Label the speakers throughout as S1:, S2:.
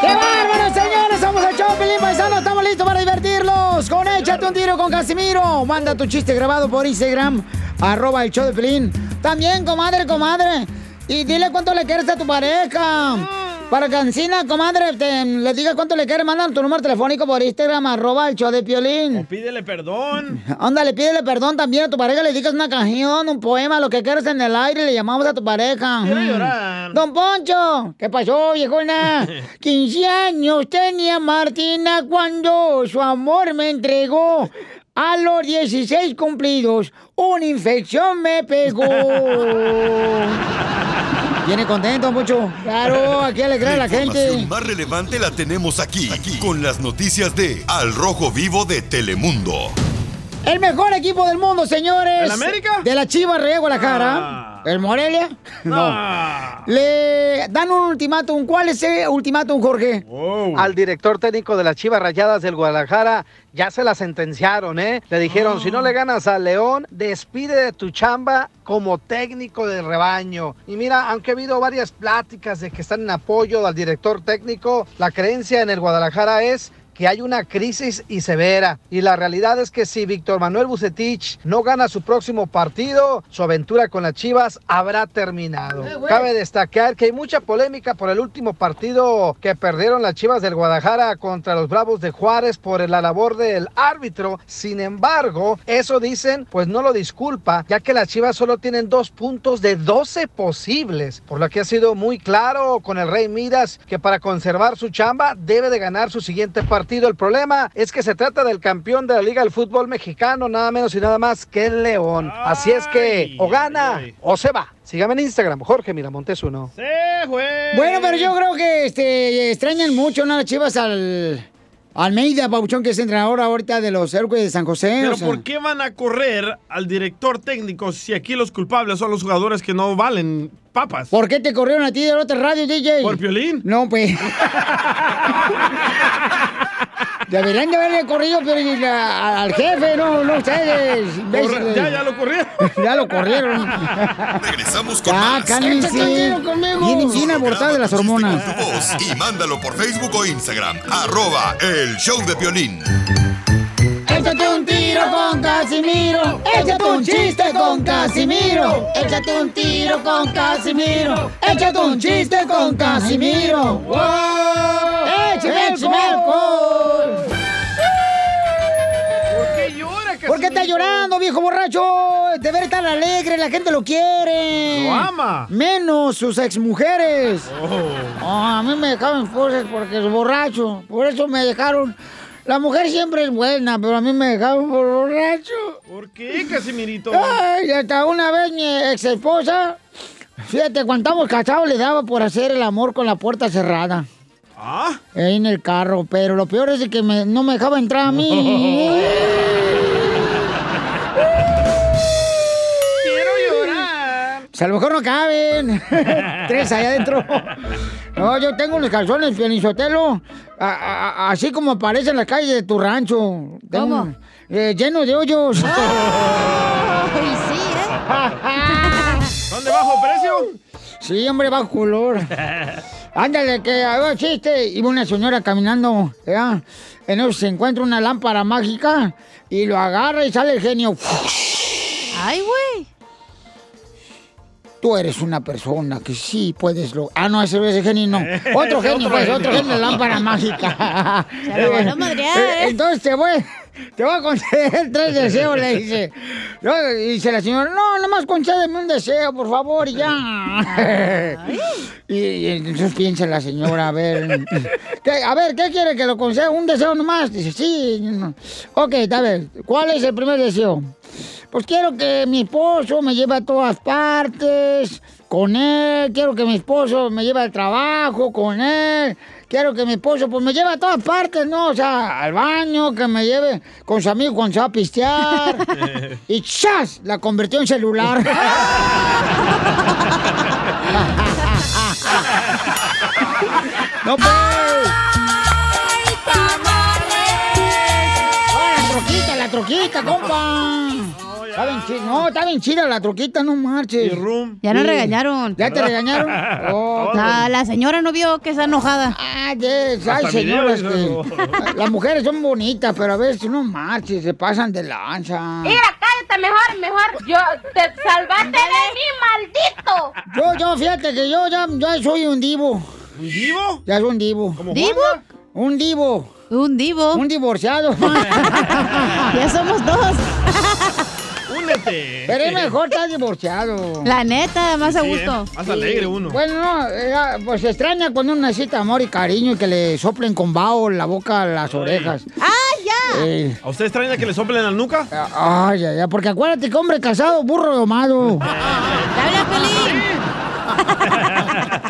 S1: ¡Qué bárbaro, señores! Somos el Chopin Paisano. Estamos listos para divertirlos. Con Échate un tiro con Casimiro. Manda tu chiste grabado por Instagram. Arroba el show de Pelín. También, comadre, comadre. Y dile cuánto le quieres a tu pareja. Para que encina, comadre, te- le diga cuánto le quieres, mandan tu número telefónico por Instagram, arroba el show de Piolín.
S2: Pídele perdón.
S1: Ándale, pídele perdón también a tu pareja, le digas una canción, un poema, lo que quieras en el aire, le llamamos a tu pareja.
S2: Quiero
S1: Mm.
S2: llorar.
S1: Don Poncho, ¿qué pasó, viejona? 15 años tenía Martina cuando su amor me entregó. A los 16 cumplidos, una infección me pegó. Viene contento, mucho. Claro, aquí le cree la gente.
S3: información más relevante la tenemos aquí, aquí, con las noticias de Al Rojo Vivo de Telemundo.
S1: El mejor equipo del mundo, señores.
S3: ¿De la América? Ah.
S1: De la Chivas Real Guadalajara. ¿El Morelia?
S2: No.
S1: Le dan un ultimátum. ¿Cuál es el ultimátum, Jorge?
S4: Al director técnico de las Chivas Rayadas del Guadalajara ya se la sentenciaron, ¿eh? Le dijeron, si no le ganas a León, despide de tu chamba como técnico de rebaño. Y mira, aunque ha habido varias pláticas de que están en apoyo al director técnico, la creencia en el Guadalajara es que hay una crisis y severa. Y la realidad es que si Víctor Manuel Bucetich no gana su próximo partido, su aventura con las Chivas habrá terminado. Cabe destacar que hay mucha polémica por el último partido que perdieron las Chivas del Guadalajara contra los Bravos de Juárez por la labor del árbitro. Sin embargo, eso dicen, pues no lo disculpa, ya que las Chivas solo tienen dos puntos de 12 posibles, por lo que ha sido muy claro con el Rey Miras que para conservar su chamba debe de ganar su siguiente partido. El problema es que se trata del campeón de la Liga del Fútbol Mexicano, nada menos y nada más que el León. Así es que o gana o se va. Sígame en Instagram, Jorge Miramontes uno.
S1: Bueno, pero yo creo que este, extrañan mucho ¿no? las chivas al Almeida Pauchón, que es entrenador ahorita de los Hércules de San José.
S2: Pero
S1: o sea.
S2: ¿por qué van a correr al director técnico si aquí los culpables son los jugadores que no valen papas?
S1: ¿Por qué te corrieron a ti de la otra radio, DJ?
S2: ¿Por Piolín?
S1: No, pues. Deberían de haberle corrido Piolín, a- al jefe, no, no ustedes. imbéciles.
S2: ya, ya lo corrieron.
S1: ya lo corrieron.
S3: Regresamos con
S1: Ya,
S3: más.
S1: cálmense. Vienen bien abortadas de las hormonas.
S3: Tu voz y mándalo por Facebook o Instagram, arroba el show de Piolín.
S1: Échate un tiro con Casimiro. Échate un chiste con Casimiro. Échate un tiro con Casimiro. Échate un chiste con Casimiro. ¡Wow! ¡Échame, échame alcohol!
S2: ¿Por qué llora, Casimiro?
S1: ¿Por qué está llorando, viejo borracho? Deber estar alegre, la gente lo quiere.
S2: Lo ama.
S1: Menos sus exmujeres.
S2: Oh.
S1: Ah, a mí me dejaban cosas porque es borracho. Por eso me dejaron. La mujer siempre es buena, pero a mí me dejaron por borracho.
S2: ¿Por qué, Casimirito?
S1: Ay, hasta una vez mi ex esposa, fíjate, cuando estábamos casados le daba por hacer el amor con la puerta cerrada.
S2: ¿Ah?
S1: Ahí en el carro, pero lo peor es que me- no me dejaba entrar a mí.
S2: Quiero llorar.
S1: O sea, a lo mejor no caben. Tres allá adentro. No, yo tengo unos calzones, Pionisotelo, a- a- a- así como aparecen en las calles de tu rancho. Tengo-
S5: ¿Cómo?
S1: eh, llenos de hoyos. Ah,
S5: Ay, sí,
S2: ¿Son de bajo precio?
S1: Sí, hombre, bajo color. Ándale, que hago chiste. Iba una señora caminando, ¿ya? En eso se encuentra una lámpara mágica y lo agarra y sale el genio.
S5: Ay, güey.
S1: Tú eres una persona que sí puedes lo... Ah, no, ese, ese genio no. Otro
S5: Ese
S1: genio,
S5: otro
S1: pues,
S5: genio.
S1: otro genio de lámpara mágica.
S5: Se lo van a madrear,
S1: Eh,
S5: ¿eh?
S1: Entonces te voy, te voy a conceder tres deseos, le dice. No, dice la señora, no, nomás concédeme un deseo, por favor, y ya. Y, y entonces piensa la señora, a ver, ¿qué- a ver, ¿qué quiere que lo conceda? ¿Un deseo nomás? Dice, sí. no. Ok, a ver, ¿cuál es el primer deseo? Pues quiero que mi esposo me lleve a todas partes con él, quiero que mi esposo me lleve al trabajo con él, quiero que mi esposo pues me lleve a todas partes, ¿no? O sea, al baño, que me lleve con su amigo cuando se va a pistear. y ¡chas! La convirtió en celular. ¡No pues! ¡Ah, la troquita, la troquita, compa! Está bien chida. No, está bien chida la troquita, no marches.
S5: Pues, Ya nos regañaron.
S1: ¿Ya te regañaron? Oh,
S5: Ah, la señora no vio que está enojada.
S1: Ah, yes. Ay,
S2: Hasta
S1: señoras, pues.
S2: video
S1: que-
S2: hizo.
S1: las mujeres son bonitas, pero a veces no marches, se pasan de lanza.
S6: Mira, cállate mejor, mejor. Yo te salvaste de mí, maldito.
S1: Yo, yo, fíjate que yo ya, ya soy un divo.
S2: ¿Un vivo?
S1: Ya soy un divo.
S5: ¿Divo?
S1: Un divo.
S5: Un divo.
S1: Un divorciado.
S5: Ya somos dos.
S2: Únete.
S1: Pero es mejor estar divorciado.
S5: La neta, más a
S2: Sí,
S5: gusto.
S2: ¿eh? Más alegre uno.
S1: Bueno, no, eh, pues se extraña cuando uno necesita amor y cariño y que le soplen con vaho la boca, las orejas.
S5: ¡Ah, ya!
S1: Eh,
S2: ¿A ustedes traen a que le soplen la nuca?
S1: Ah, ay, ay, ay, porque acuérdate que hombre casado, burro domado.
S5: ¡Te habla Pelín!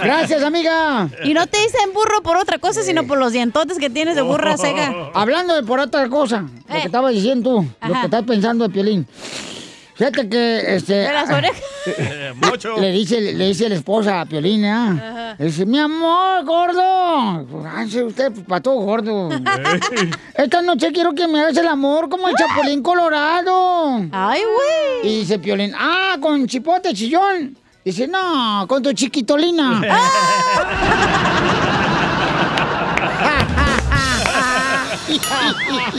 S1: Gracias, amiga.
S5: Y no te dicen burro por otra cosa, sino por los dientotes que tienes de burra seca.
S1: Hablando de por otra cosa, lo que
S5: Eh.
S1: estabas diciendo tú, lo
S5: Ajá.
S1: que estás pensando de Piolín. Fíjate que, este...
S5: De las orejas.
S2: Eh, mucho.
S1: Le dice, le dice la esposa a Piolín, ¿eh? Le Dice, mi amor, gordo. Pues, Ay, sí, usted, pues, para todo gordo. Esta noche quiero que me hagas el amor como el chapulín colorado.
S5: ¡Ah! ¡Ay, güey!
S1: Y dice Piolín, ah, con chipote, chillón. Dice, no, con tu
S5: ¡Ah!
S1: chiquitolina.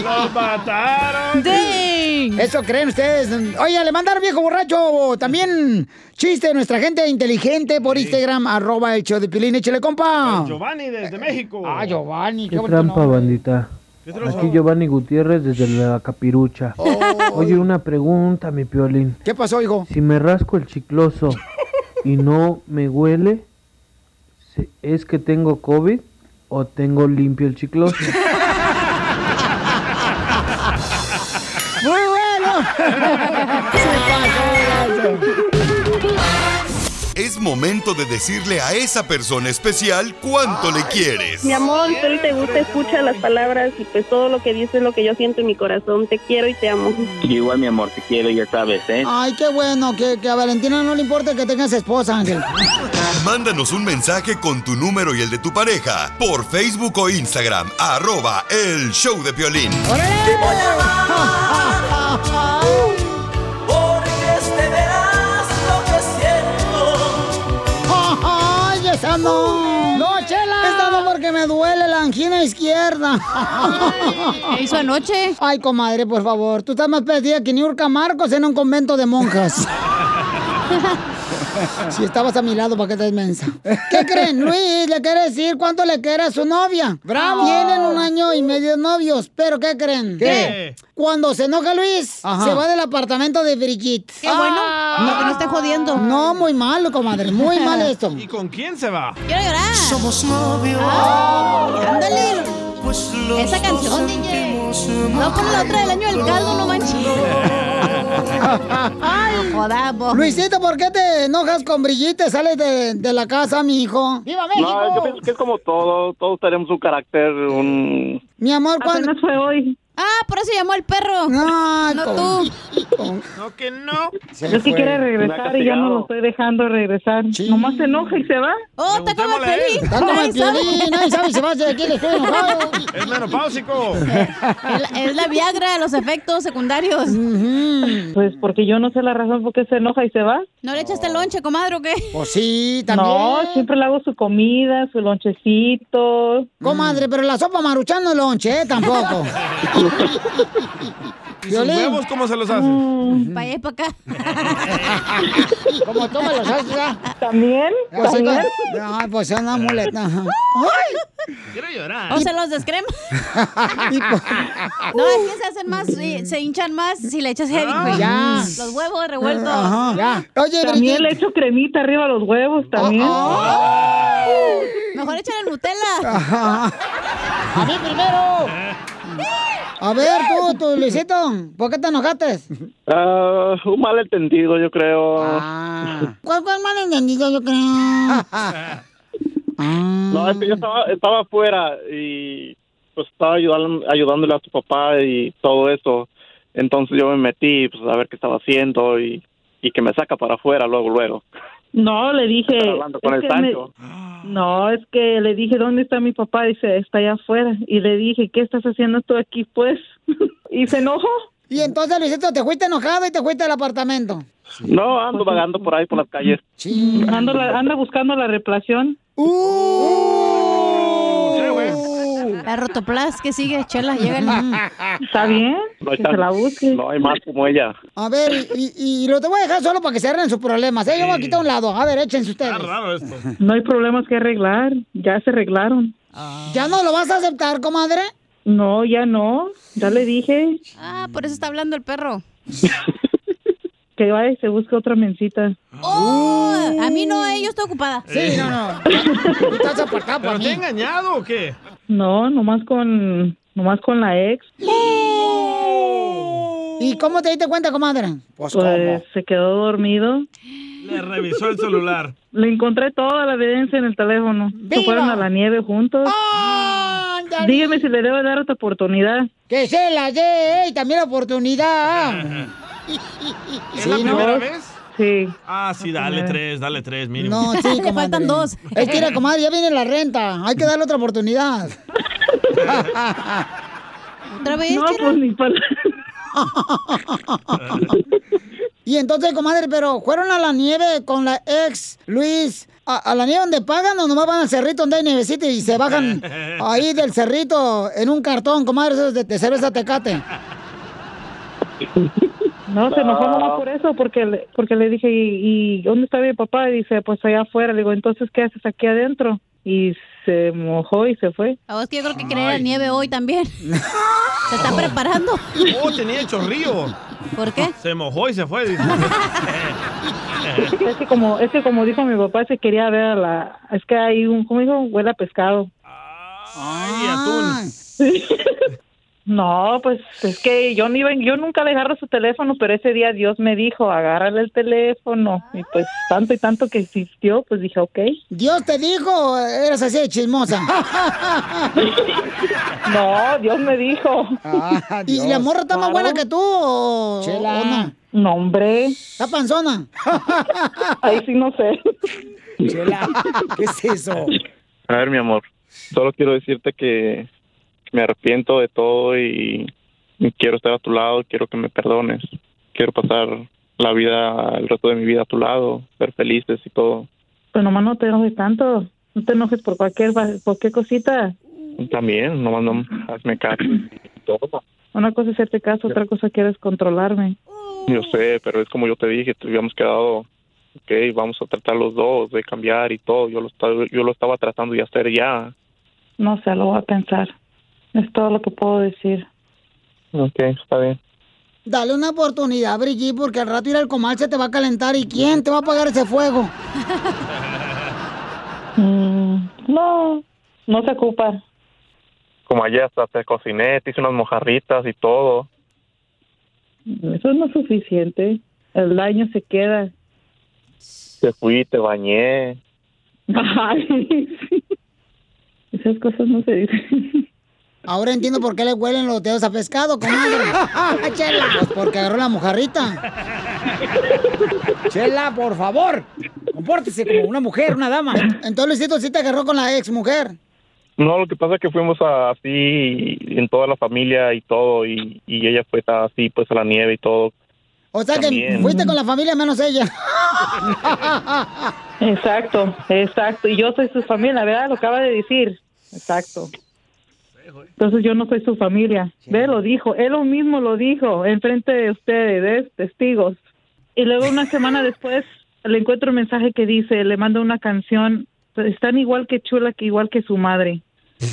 S2: ¡Lo mataron!
S5: ¡Dang!
S1: Eso creen ustedes. Oye, le mandaron viejo borracho. También chiste de nuestra gente inteligente por Instagram, arroba el show de Piolín. Échale, compa.
S2: Giovanni desde México.
S1: Ah, Giovanni,
S7: Qué
S1: bonito
S7: trampa,
S1: nombre.
S7: bandita.
S2: ¿Qué trozo?
S7: Aquí Giovanni Gutiérrez desde la capirucha. Oye, una pregunta, mi piolín.
S1: Oh. ¿Qué pasó, hijo?
S7: Si me rasco el chicloso y no me huele, ¿se- ¿es que tengo COVID o tengo limpio el chicloso?
S1: Muy bueno.
S3: Es momento de decirle a esa persona especial cuánto le quieres.
S8: Mi amor, si te gusta, escucha las palabras y pues todo lo que dices es lo que yo siento en mi corazón. Te quiero y te amo.
S9: Yo igual, mi amor, te quiero, ya sabes, ¿eh?
S1: Ay, qué bueno, que, que a Valentina no le importa que tengas esposa, Ángel.
S3: Mándanos un mensaje con tu número y el de tu pareja por Facebook o Instagram, arroba el show de violín.
S6: este
S1: ¡Ay, esa no! ¡No, chela! Esta no porque me duele la angina izquierda.
S5: ¿Qué hizo anoche?
S1: Ay, comadre, por favor. Tú estás más perdida que Niurka Marcos en un convento de monjas. Si estabas a mi lado, ¿para qué estás mensa? ¿Qué creen? Luis le quiere decir cuánto le quiere a su novia. ¡Bravo! Tienen un año y medio de novios, pero ¿qué creen?
S2: ¿Qué?
S1: Cuando se enoja Luis,
S4: Ajá.
S1: se va del apartamento de Brigitte. Ah.
S5: ¡Qué bueno! No, que no esté jodiendo.
S1: No, muy malo, comadre. Muy mal esto.
S2: ¿Y con quién se va?
S5: ¡Quiero llorar!
S10: Somos novios.
S5: Ay, ¡Ándale!
S10: Pues los
S5: Esa canción,
S10: dos
S5: DJ.
S10: sentimos
S5: No
S10: mal.
S5: pon la otra del año del caldo, no manches. ¡Ay! ¡Jodamos!
S1: Luisito, ¿por qué te enojas con Brigitte? Sales de, de la casa, mi hijo. ¡Viva
S9: No, yo pienso que es como todo, todos tenemos un carácter, un...
S1: Mi amor, ¿cuándo?
S8: Apenas fue hoy.
S5: ¡Ah, por eso llamó el perro!
S1: No,
S5: No
S1: con-
S5: tú.
S1: con-
S2: No, que no.
S1: se
S8: Es que
S1: fue.
S8: quiere regresar y ya no lo
S9: castigado.
S8: estoy dejando regresar.
S1: Sí.
S8: Nomás se enoja y se va.
S5: ¡Oh, está como el
S2: Preguntémosle a él.
S5: pelín!
S1: Está como el
S5: Ay, ¿sabe?
S1: piolín, nadie sabe si vas de aquí, le estoy enojado.
S2: Es menopáusico.
S5: Es la- Es la Viagra, los efectos secundarios.
S1: Ujú.
S8: Pues porque yo no sé la razón por qué se enoja y se va.
S5: ¿No le echaste el lonche, comadre, o qué?
S1: Pues sí, también.
S8: No, siempre le hago su comida, su lonchecito.
S1: Comadre, pero la sopa maruchan no es lonche, ¿eh? Tampoco.
S2: ¿Y sus
S1: Violín. Mm.
S2: huevos cómo se los hace?
S5: Mm, Pa' allá y pa' acá.
S1: Como tú me los haces, ¿ah?
S8: ¿También?
S1: Así
S8: ¿También?
S1: con- Ay, pues es una muleta. ajá. ¡Ay!
S2: Quiero llorar.
S5: O se los descrema.
S1: Y pues-
S5: No, es que se hacen más, eh, se hinchan más si le echas heavy, güey.
S1: Ah. ya.
S5: Los huevos revueltos.
S1: Ajá, ya. Oye, Oh,
S8: También le
S1: Brigitte.
S8: echo cremita arriba a los huevos, también.
S5: Mejor echan el Nutella.
S1: ¡A mí primero! A ver, tú, tú, Luisito, ¿por qué te enojaste?
S9: ah, un malentendido, yo creo.
S1: Ah. ¿Cuál fue el malentendido, yo creo? Ah.
S9: No, es que yo estaba, estaba afuera y pues estaba ayudan- ayudándole a su papá y todo eso. Entonces yo me metí pues, a ver qué estaba haciendo y, y que me saca para afuera luego, luego.
S8: No, le dije.
S9: Estaba hablando con
S8: es
S9: el
S8: que me-
S9: Sancho.
S8: no, es que le dije, ¿dónde está mi papá? Dice, está allá afuera. Y le dije, ¿qué estás haciendo tú aquí, pues? y se enojó.
S1: Y entonces, Luisito, te fuiste enojado y te fuiste al apartamento.
S9: No, ando vagando por ahí por las calles.
S11: Pues Ando, la- anda buscando la replación. ¡Uh!
S5: La rotoplas que sigue, chela, llega el...
S11: ¿Está bien?
S9: No hay, tan- no hay más como ella.
S1: A ver, y, y- y lo te voy a dejar solo para que se arreglen sus problemas. ¿eh? Yo voy a quitar un lado. A ver, échense ustedes.
S2: Ah, pues,
S11: No hay problemas que arreglar. Ya se arreglaron.
S1: Ah. ¿Ya no lo vas a aceptar, comadre?
S11: No, ya no. Ya le dije
S5: Ah, por eso está hablando el perro.
S11: que vaya y se busque otra mencita.
S5: ¡Oh! A mí no, eh, yo estoy ocupada.
S11: Sí, no,
S1: no.
S11: Estás
S1: apartado
S2: ¿Pero te ha engañado o qué?
S11: No, nomás con, nomás con la ex.
S1: Oh. ¿Y cómo te diste cuenta, comadre?
S11: Pues,
S1: ¿cómo?
S11: se quedó dormido.
S2: Le revisó el celular.
S11: Le encontré toda la evidencia en el teléfono. Se
S2: ¡Viva!
S11: fueron a la nieve juntos.
S1: Oh, Ándale.
S11: Dígame si le debo dar otra oportunidad.
S1: Que se la dé, ¿eh? y también la oportunidad.
S2: ¿Es la
S1: Sí, ¿no?
S2: primera vez?
S11: Sí.
S2: Ah, sí, dale tres, dale tres, mínimo.
S1: No, sí, comadre. Es que, mira, comadre, ya viene la renta. Hay que darle otra oportunidad.
S5: ¿Otra vez,
S11: No, pues ni para...
S1: Y entonces, comadre, pero ¿fueron a la nieve con la ex Luis? ¿A, a la nieve donde pagan o nomás van al cerrito donde hay nievecita y se bajan ahí del cerrito en un cartón, comadre, eso es de, de cerveza tecate?
S11: No, se enojó nomás por eso, porque le, porque le dije, ¿y, y dónde está mi papá? Y dice, pues allá afuera. Le digo, entonces, ¿qué haces aquí adentro? Y se mojó y se fue.
S5: A vos que yo creo que quería la nieve hoy también. Se está preparando.
S2: Oh, tenía chorrío.
S5: ¿Por qué?
S2: Se mojó y se fue. dice.
S11: Es que como, es que como dijo mi papá, se quería ver a la... Es que hay un, ¿cómo dijo? Huele a pescado.
S2: Ay, atún.
S11: No, pues es que yo ni ven- yo nunca le agarro su teléfono, pero ese día Dios me dijo, agárrale el teléfono. Y pues tanto y tanto que existió, pues dije, ok.
S1: Dios te dijo, eres así de chismosa.
S11: No, Oh, Dios me dijo.
S1: ¿Y la morra está más buena que tú o,
S11: Chela.
S1: o no?
S11: No, hombre.
S1: ¿Está panzona?
S11: Ahí sí no sé.
S1: Chela, ¿qué es eso?
S9: A ver, mi amor, solo quiero decirte que me arrepiento de todo y y quiero estar a tu lado, quiero que me perdones. Quiero pasar la vida, el resto de mi vida a tu lado, ser felices y todo.
S11: Pues nomás no te enojes tanto. No te enojes por cualquier, va- cualquier cosita.
S9: También, nomás no hazme caso. y todo.
S11: Una cosa es hacerte caso, otra cosa quieres controlarme.
S9: Yo sé, pero es como yo te dije, te habíamos quedado, ok, vamos a tratar los dos de cambiar y todo. Yo lo estaba, yo lo estaba tratando de hacer ya.
S11: No sé, lo voy a pensar. Es todo lo que puedo decir.
S9: Ok, está bien.
S1: Dale una oportunidad, Brigitte, porque al rato ir al comal se te va a calentar. ¿Y quién te va a pagar ese fuego?
S11: Mm, no, no se ocupa.
S9: Como ayer hasta te cociné, te hice unas mojarritas y todo.
S11: Eso no es suficiente. El daño se queda.
S9: Te fui, te bañé.
S11: Ay, sí. Esas cosas no se dicen.
S1: Ahora entiendo por qué le huelen los dedos a pescado, comadre. Chela. Pues porque agarró la mojarrita. Chela, por favor. Compórtese como una mujer, una dama. Entonces, Luisito, sí te agarró con la ex mujer.
S9: No, lo que pasa es que fuimos a- así en toda la familia y todo, y, y ella fue así, pues a la nieve y todo.
S1: O sea que
S9: También.
S1: fuiste con la familia menos ella.
S11: Exacto, exacto. Y yo soy su familia, ¿verdad? Lo acaba de decir. Exacto. Entonces yo no soy su familia. Ve, lo dijo. Él lo mismo lo dijo enfrente de ustedes, ¿ves? testigos. Y luego una semana después le encuentro un mensaje que dice, le mando una canción. pues, Están igual que chula, que igual que su madre.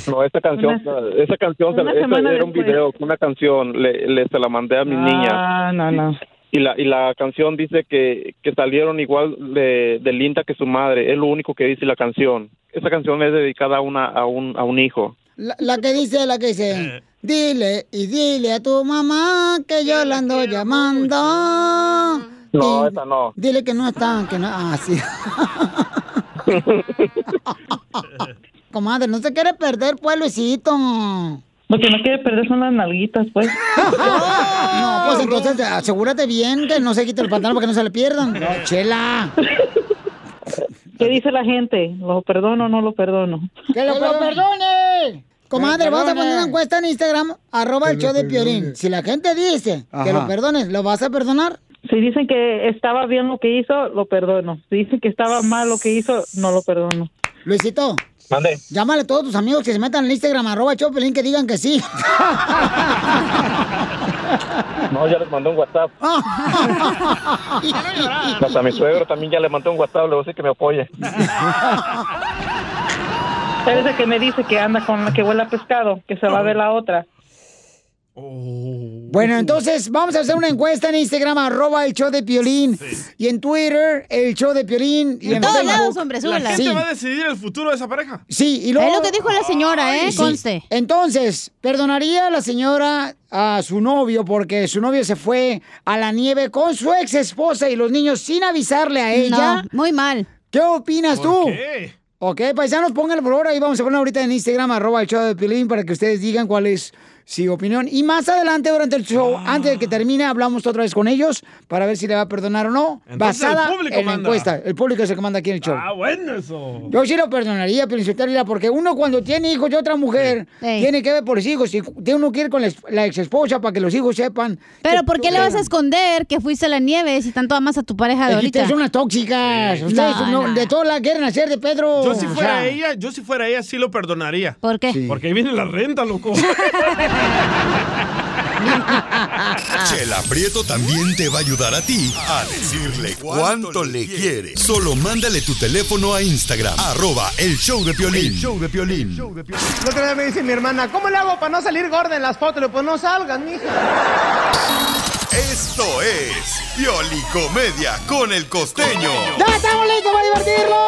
S9: No, esa canción, esa canción, se-
S11: una
S9: esa
S11: semana
S9: era un
S11: después.
S9: video, una canción, le, le- se la mandé a mis
S11: Ah,
S9: niñas.
S11: no, no.
S9: Y la, y la canción dice que, que salieron igual de, de linda que su madre, es lo único que dice la canción. Esa canción es dedicada a, una, a, un, a un hijo.
S1: La, la que dice, la que dice. Dile y dile a tu mamá que yo la ando llamando.
S9: pues, No, esa no.
S1: Dile que no está, que no. Ah, sí. Comadre, no se quiere perder, pues, Luisito.
S11: Lo que no quiere perder son las nalguitas, pues.
S1: No, pues entonces asegúrate bien que no se quite el pantalón para que no se le pierdan. No, chela.
S11: ¿Qué dice la gente? ¿Lo perdono o no lo perdono?
S1: ¡Que lo,
S11: perdone!
S1: perdone! Comadre,
S12: Me
S1: vamos a
S12: perdone.
S1: poner una encuesta en Instagram, arroba el show de Piolín. Si la gente dice que
S11: Ajá.
S1: lo perdones, ¿lo vas a perdonar?
S11: Si dicen que estaba bien lo que hizo, lo perdono. Si dicen que estaba mal lo que hizo, no lo perdono.
S1: Luisito,
S9: Mande.
S1: llámale a todos tus amigos que se metan en Instagram, arroba el show de Piolín, que digan que sí.
S9: No, ya les mandó un WhatsApp. Hasta mi suegro también ya le mandó un WhatsApp, le voy a decir que me apoye.
S11: Eres el que me dice que anda con la que huele a pescado, que se va a ver la otra.
S1: Bueno, entonces vamos a hacer una encuesta en Instagram, arroba el show de Piolín. Y en Twitter, el show de Piolín. Y
S5: En todos
S1: Facebook.
S5: lados, hombre, súbela.
S2: La gente
S1: Sí.
S2: va a decidir el futuro de esa pareja.
S1: Sí, y luego...
S5: Es lo que dijo la señora, ¿eh? Conste.
S1: Entonces, ¿perdonaría la señora a su novio porque su novio se fue a la nieve con su ex esposa y los niños sin avisarle a ella?
S5: muy mal.
S1: ¿Qué opinas
S5: ¿Por
S1: tú?
S5: qué?
S1: Ok, paisanos, pongan por favor, ahí vamos a poner ahorita en Instagram, arroba el show de Pilín, para que ustedes digan cuál es su opinión. Y más adelante, durante el show,
S2: Ah.
S1: antes de que termine, hablamos otra vez con ellos para ver si le va a perdonar o no,
S2: Entonces, el
S1: basada
S2: público
S1: en la
S2: manda.
S1: encuesta. El público es el que manda aquí en el show.
S2: Ah, bueno eso.
S1: Yo sí lo perdonaría, Pelinsotero, mira, porque uno cuando tiene hijos de otra mujer, tiene que ver por los hijos. Si uno quiere con la, ex- la ex esposa para que los hijos sepan.
S5: Pero ¿por qué le vas a esconder que fuiste a la nieve si tanto amas a tu pareja de
S1: Es que
S5: ahorita?
S1: ustedes son unas tóxicas. Ustedes
S5: No,
S1: no-
S5: no.
S1: de todas las quieren hacer de Pedro.
S2: Yo si
S1: O
S2: fuera
S1: sea,
S2: ella, yo si fuera ella sí lo perdonaría.
S5: ¿Por qué?
S2: Porque ahí viene la renta, loco.
S3: Chela Prieto también te va a ayudar a ti a decirle Ah. cuánto le quiere. Solo mándale tu teléfono a Instagram, arroba el show de Piolín.
S13: El
S3: show de Piolín.
S13: La otra vez me dice mi hermana, ¿cómo le hago para no salir gorda en las fotos? Le digo, pues no salgas, mija.
S3: Esto es Pioli Comedia con el costeño.
S1: ¡Ya estamos listos para divertirnos!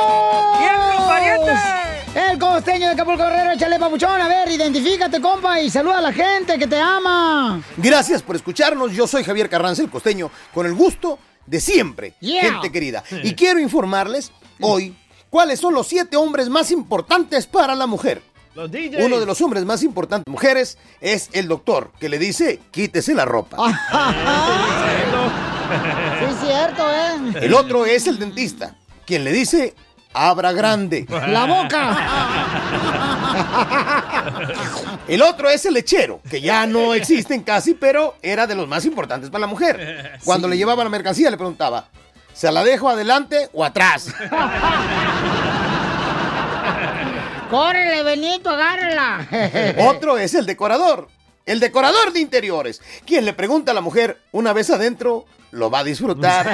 S1: El costeño de Capul Correro, échale papuchón. A ver, identifícate, compa, y saluda a la gente que te ama.
S6: Gracias por escucharnos. Yo soy Javier Carranza, el costeño, con el gusto de siempre,
S1: Yeah.
S6: gente querida. Y quiero informarles hoy cuáles son los siete hombres más importantes para la mujer.
S2: Los DJs.
S6: Uno de los hombres más importantes, mujeres, es el doctor, que le dice, quítese la ropa.
S1: Sí, es cierto, ¿eh?
S6: El otro es el dentista, quien le dice, abra grande.
S1: ¡La boca!
S6: El otro es el lechero, que ya no existen casi, pero era de los más importantes para la mujer. Cuando le llevaba la mercancía le preguntaba, ¿se la dejo adelante o atrás?
S1: ¡Córrele, Benito, agárrala!
S6: Otro es el decorador, el decorador de interiores, quien le pregunta a la mujer, una vez adentro, lo va a disfrutar.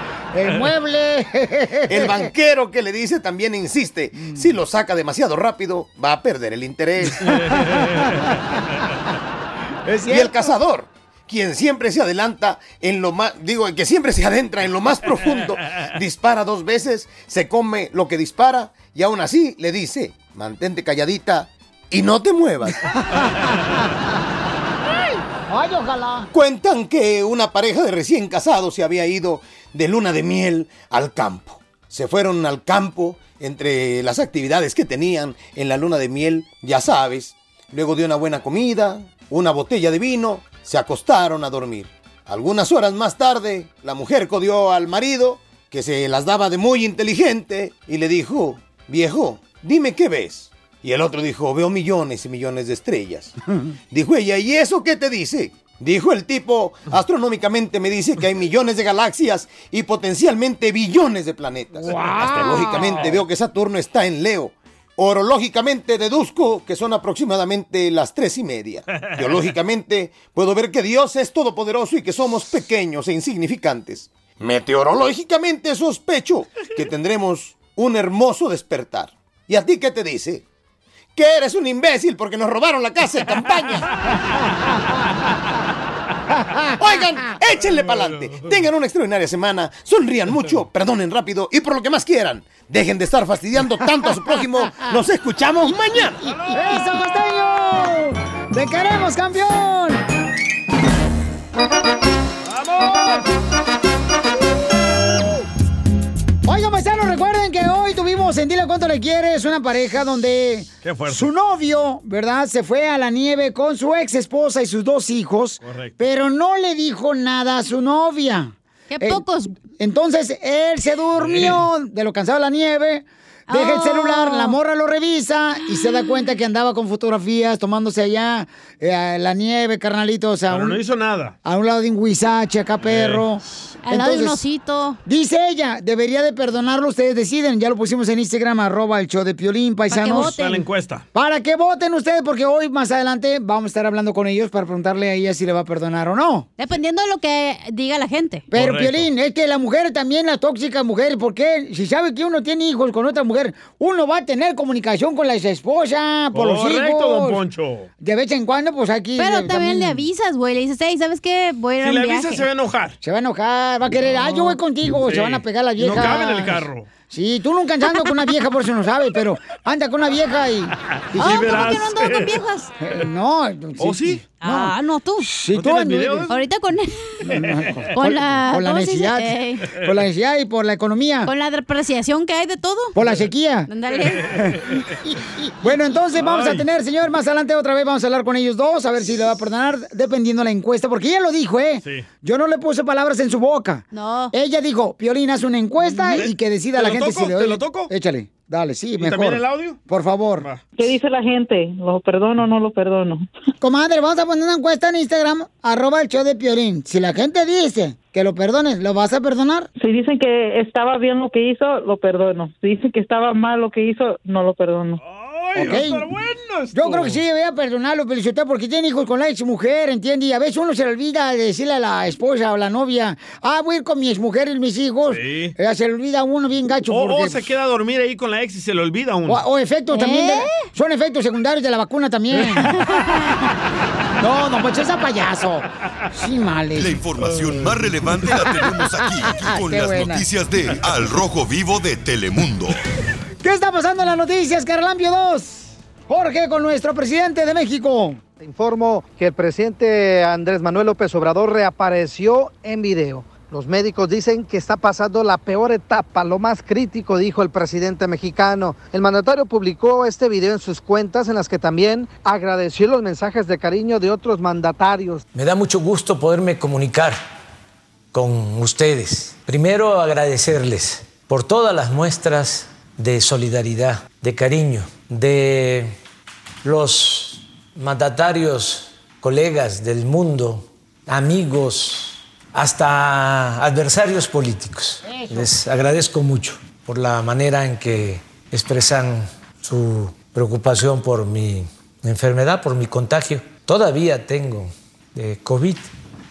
S1: El mueble.
S6: El banquero que le dice también insiste, si lo saca demasiado rápido, va a perder el interés. Y el cazador, quien siempre se adelanta en lo más, digo, el que siempre se adentra en lo más profundo, dispara dos veces, se come lo que dispara y aún así le dice, mantente calladita y no te muevas.
S1: ¡Ay, ojalá!
S6: Cuentan que una pareja de recién casados se había ido de luna de miel al campo. Se fueron al campo entre las actividades que tenían en la luna de miel, ya sabes. Luego de una buena comida, una botella de vino, se acostaron a dormir. Algunas horas más tarde, la mujer codió al marido, que se las daba de muy inteligente, y le dijo, viejo, dime qué ves. Y el otro dijo, veo millones y millones de estrellas. Dijo ella, ¿y eso qué te dice? Dijo el tipo, astronómicamente me dice que hay millones de galaxias y potencialmente billones de planetas. Astrológicamente veo que Saturno está en Leo. Orológicamente deduzco que son aproximadamente las tres y media. Biológicamente puedo ver que Dios es todopoderoso y que somos pequeños e insignificantes. Meteorológicamente sospecho que tendremos un hermoso despertar. ¿Y a ti qué te dice? Que eres un imbécil porque nos robaron la casa de campaña. Oigan, échenle pa'lante. Tengan una extraordinaria semana. Sonrían mucho, perdonen rápido y por lo que más quieran. Dejen de estar fastidiando tanto a su prójimo. Nos escuchamos mañana.
S1: ¡Eso, costeño! ¡Te queremos, campeón! Oigan, paisanos, recuerden que hoy tuvimos en Dile Cuánto Le Quieres una pareja donde
S2: Qué fuerte.
S1: su novio, ¿verdad? Se fue a la nieve con su ex esposa y sus dos hijos,
S2: Correcto.
S1: pero no le dijo nada a su novia.
S5: ¡Qué
S1: pocos! Entonces, él se durmió de lo cansado de la nieve, Deja el
S5: Oh.
S1: celular, la morra lo revisa y se da cuenta que andaba con fotografías tomándose allá eh, la nieve, carnalito. O sea,
S2: Pero
S1: un-
S2: no hizo nada. Eh.
S1: a un lado de un huizache, acá perro.
S5: Al lado de un
S1: osito. Dice ella, debería de perdonarlo, ustedes deciden. Ya lo pusimos en Instagram, arroba el show de Piolín, paisanos.
S2: Está la encuesta.
S1: Para que voten ustedes, porque hoy más adelante vamos a estar hablando con ellos para preguntarle a ella si le va a perdonar o no.
S5: Dependiendo de lo que diga la gente.
S1: Pero, Piolín, es que la mujer también, las tóxicas mujeres, porque si sabe que uno tiene hijos con otra mujer, uno va a tener comunicación con la esposa, por los hijos.
S2: Correcto, don Poncho.
S1: De vez en cuando, pues aquí.
S5: Pero también le avisas, güey. Le dices, hey, ¿sabes qué? Voy a ir a
S2: Si
S5: un
S2: le
S5: viaje".
S2: avisas, se va a enojar.
S1: Se va a enojar, va a querer, ah, yo voy contigo, se
S2: Sí.
S1: van a pegar las
S2: Y no
S1: viejas.
S2: cabe en el carro.
S1: Sí, tú nunca andas con una vieja, por eso no sabes, pero anda con una vieja y... y
S5: Ah, ¿cómo que no andaba con viejas?
S1: Eh, no.
S5: ¿Oh, sí? Ah, no, tú.
S1: ¿No tú tienes andas- video de eso?
S5: Ahorita con... con la...
S1: por la
S5: ¿cómo se dice?
S1: necesidad.
S5: Ey.
S1: Por la necesidad y por la economía.
S5: Con la depreciación que hay de todo.
S1: Por la sequía.
S5: Ándale.
S1: Bueno, entonces vamos a
S5: Ay.
S1: tener, señor, más adelante otra vez vamos a hablar con ellos dos, a ver si le va a perdonar, dependiendo de la encuesta, porque ella lo dijo, ¿eh? Yo no le puse palabras en su boca. No. Ella dijo, Piolín, haz una encuesta y que decida
S11: ¿Te
S1: la
S11: lo
S1: gente
S11: toco?
S1: si le
S11: ¿Te
S1: doy.
S11: lo toco?
S1: Échale, dale, sí, mejor.
S11: también el audio?
S1: Por favor.
S11: ¿Qué dice la gente? ¿Lo perdono o no lo perdono?
S1: Comadre, vamos a poner una encuesta en Instagram, arroba el show de Piolín. Si la gente dice que lo perdones, ¿lo vas a perdonar?
S11: Si dicen que estaba bien lo que hizo, lo perdono. Si dicen que estaba mal lo que hizo, no lo perdono.
S1: Ok. Yo
S2: pues.
S1: creo que sí debería perdonarlo, Felicita, porque tiene hijos con la ex mujer, ¿entiendes? Y a veces uno se le olvida de decirle a la esposa o la novia, ah, voy a ir con mi ex mujer y mis hijos.
S2: Sí.
S1: Eh, se le olvida a uno bien gacho.
S2: O,
S1: porque-
S2: o se queda a dormir ahí con la ex y se le olvida uno.
S1: o, o efectos también.
S2: ¿Eh?
S1: de- son efectos secundarios de la vacuna también. no, no, pues esa payaso. Sí, males.
S3: La información más relevante la tenemos aquí con
S1: Ah, Qué
S3: las
S1: buena.
S3: noticias de Al Rojo Vivo de Telemundo.
S1: ¿Qué está pasando en las noticias, Carlampio 2? Jorge, con nuestro presidente de México.
S4: Te informo que el presidente Andrés Manuel López Obrador reapareció en video. Los médicos dicen que está pasando la peor etapa, lo más crítico, dijo el presidente mexicano. El mandatario publicó este video en sus cuentas en las que también agradeció los mensajes de cariño de otros mandatarios.
S14: Me da mucho gusto poderme comunicar con ustedes. Primero agradecerles por todas las muestras de solidaridad, de cariño, de los mandatarios, colegas del mundo, amigos, hasta adversarios políticos.
S15: Eso.
S14: Les agradezco mucho por la manera en que expresan su preocupación por mi enfermedad, por mi contagio. Todavía tengo eh, COVID,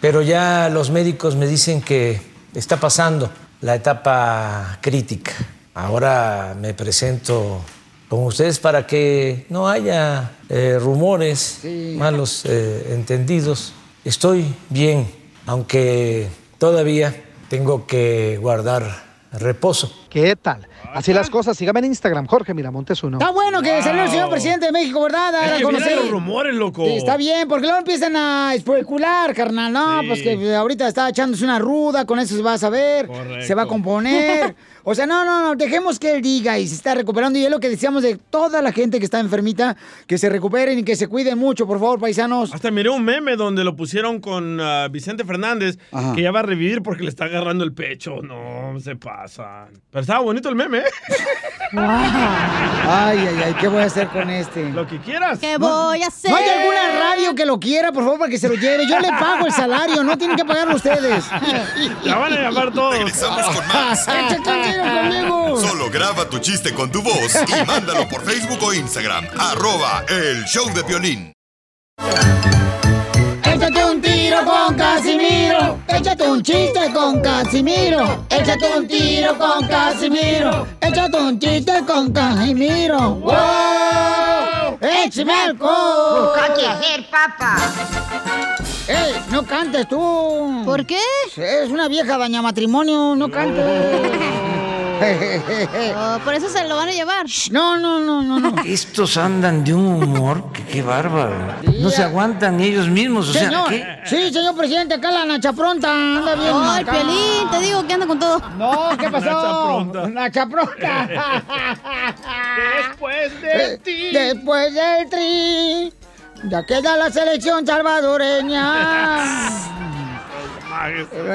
S14: pero ya los médicos me dicen que está pasando la etapa crítica. Ahora me presento con ustedes para que no haya eh, rumores, malos eh, entendidos. Estoy bien, aunque todavía tengo que guardar reposo.
S4: ¿Qué tal? Así las cosas, sígame en Instagram, Jorge Miramontes uno.
S1: Está bueno que salió el señor presidente de México, ¿verdad? Dar a
S2: Es que
S1: conocer.
S2: vienen los rumores, loco.
S1: Sí, está bien, porque luego empiezan a especular, carnal. No, pues que ahorita está echándose una ruda, con eso se va a saber, se va a componer. O sea, no, no, no, dejemos que él diga y se está recuperando. Y es lo que decíamos de toda la gente que está enfermita, que se recuperen y que se cuiden mucho, por favor, paisanos.
S2: Hasta miré un meme donde lo pusieron con ah, Vicente Fernández, que ya va a revivir porque le está agarrando el pecho. No, se pasan. Pero estaba bonito el meme. ¿eh?
S1: Ay, ay, ay, ¿qué voy a hacer con este? Lo
S2: que quieras.
S5: ¿Qué voy a hacer?
S1: ¿No hay alguna radio que lo quiera, por favor, para que se lo lleve? Yo le pago el salario, no tienen que pagarlo ustedes.
S2: La van a llamar todos.
S3: Regresamos con más.
S1: Échate un tiro conmigo.
S3: Solo graba tu chiste con tu voz y mándalo por Facebook o Instagram. Arroba el show de Piolín.
S1: Échate un tiro con Casimiro. Échate un chiste con Casimiro. Échate un tiro con Casimiro. Échate un chiste con Casimiro. ¡Wow! ¡Échame alcohol!
S16: Busca qué
S15: eh.
S16: hacer,
S1: papá! ¡Ey! ¡No cantes tú! ¿Por qué? Es una vieja daña matrimonio, no cantes. Oh, por eso se lo van a llevar. No, no, no, no, no.
S15: Estos andan de un humor que qué bárbaro. No se aguantan ellos mismos, o sea,
S1: Señor,
S15: ¿qué?
S1: sí, señor presidente, acá la Nacha Pronta anda bien.
S5: Oh, el Piolín, te
S1: digo que anda con todo. No, ¿qué pasó?
S5: Nacha
S2: Pronta.
S1: Nacha Pronta.
S2: Después
S1: Eh, Después del tri, ya queda la selección salvadoreña.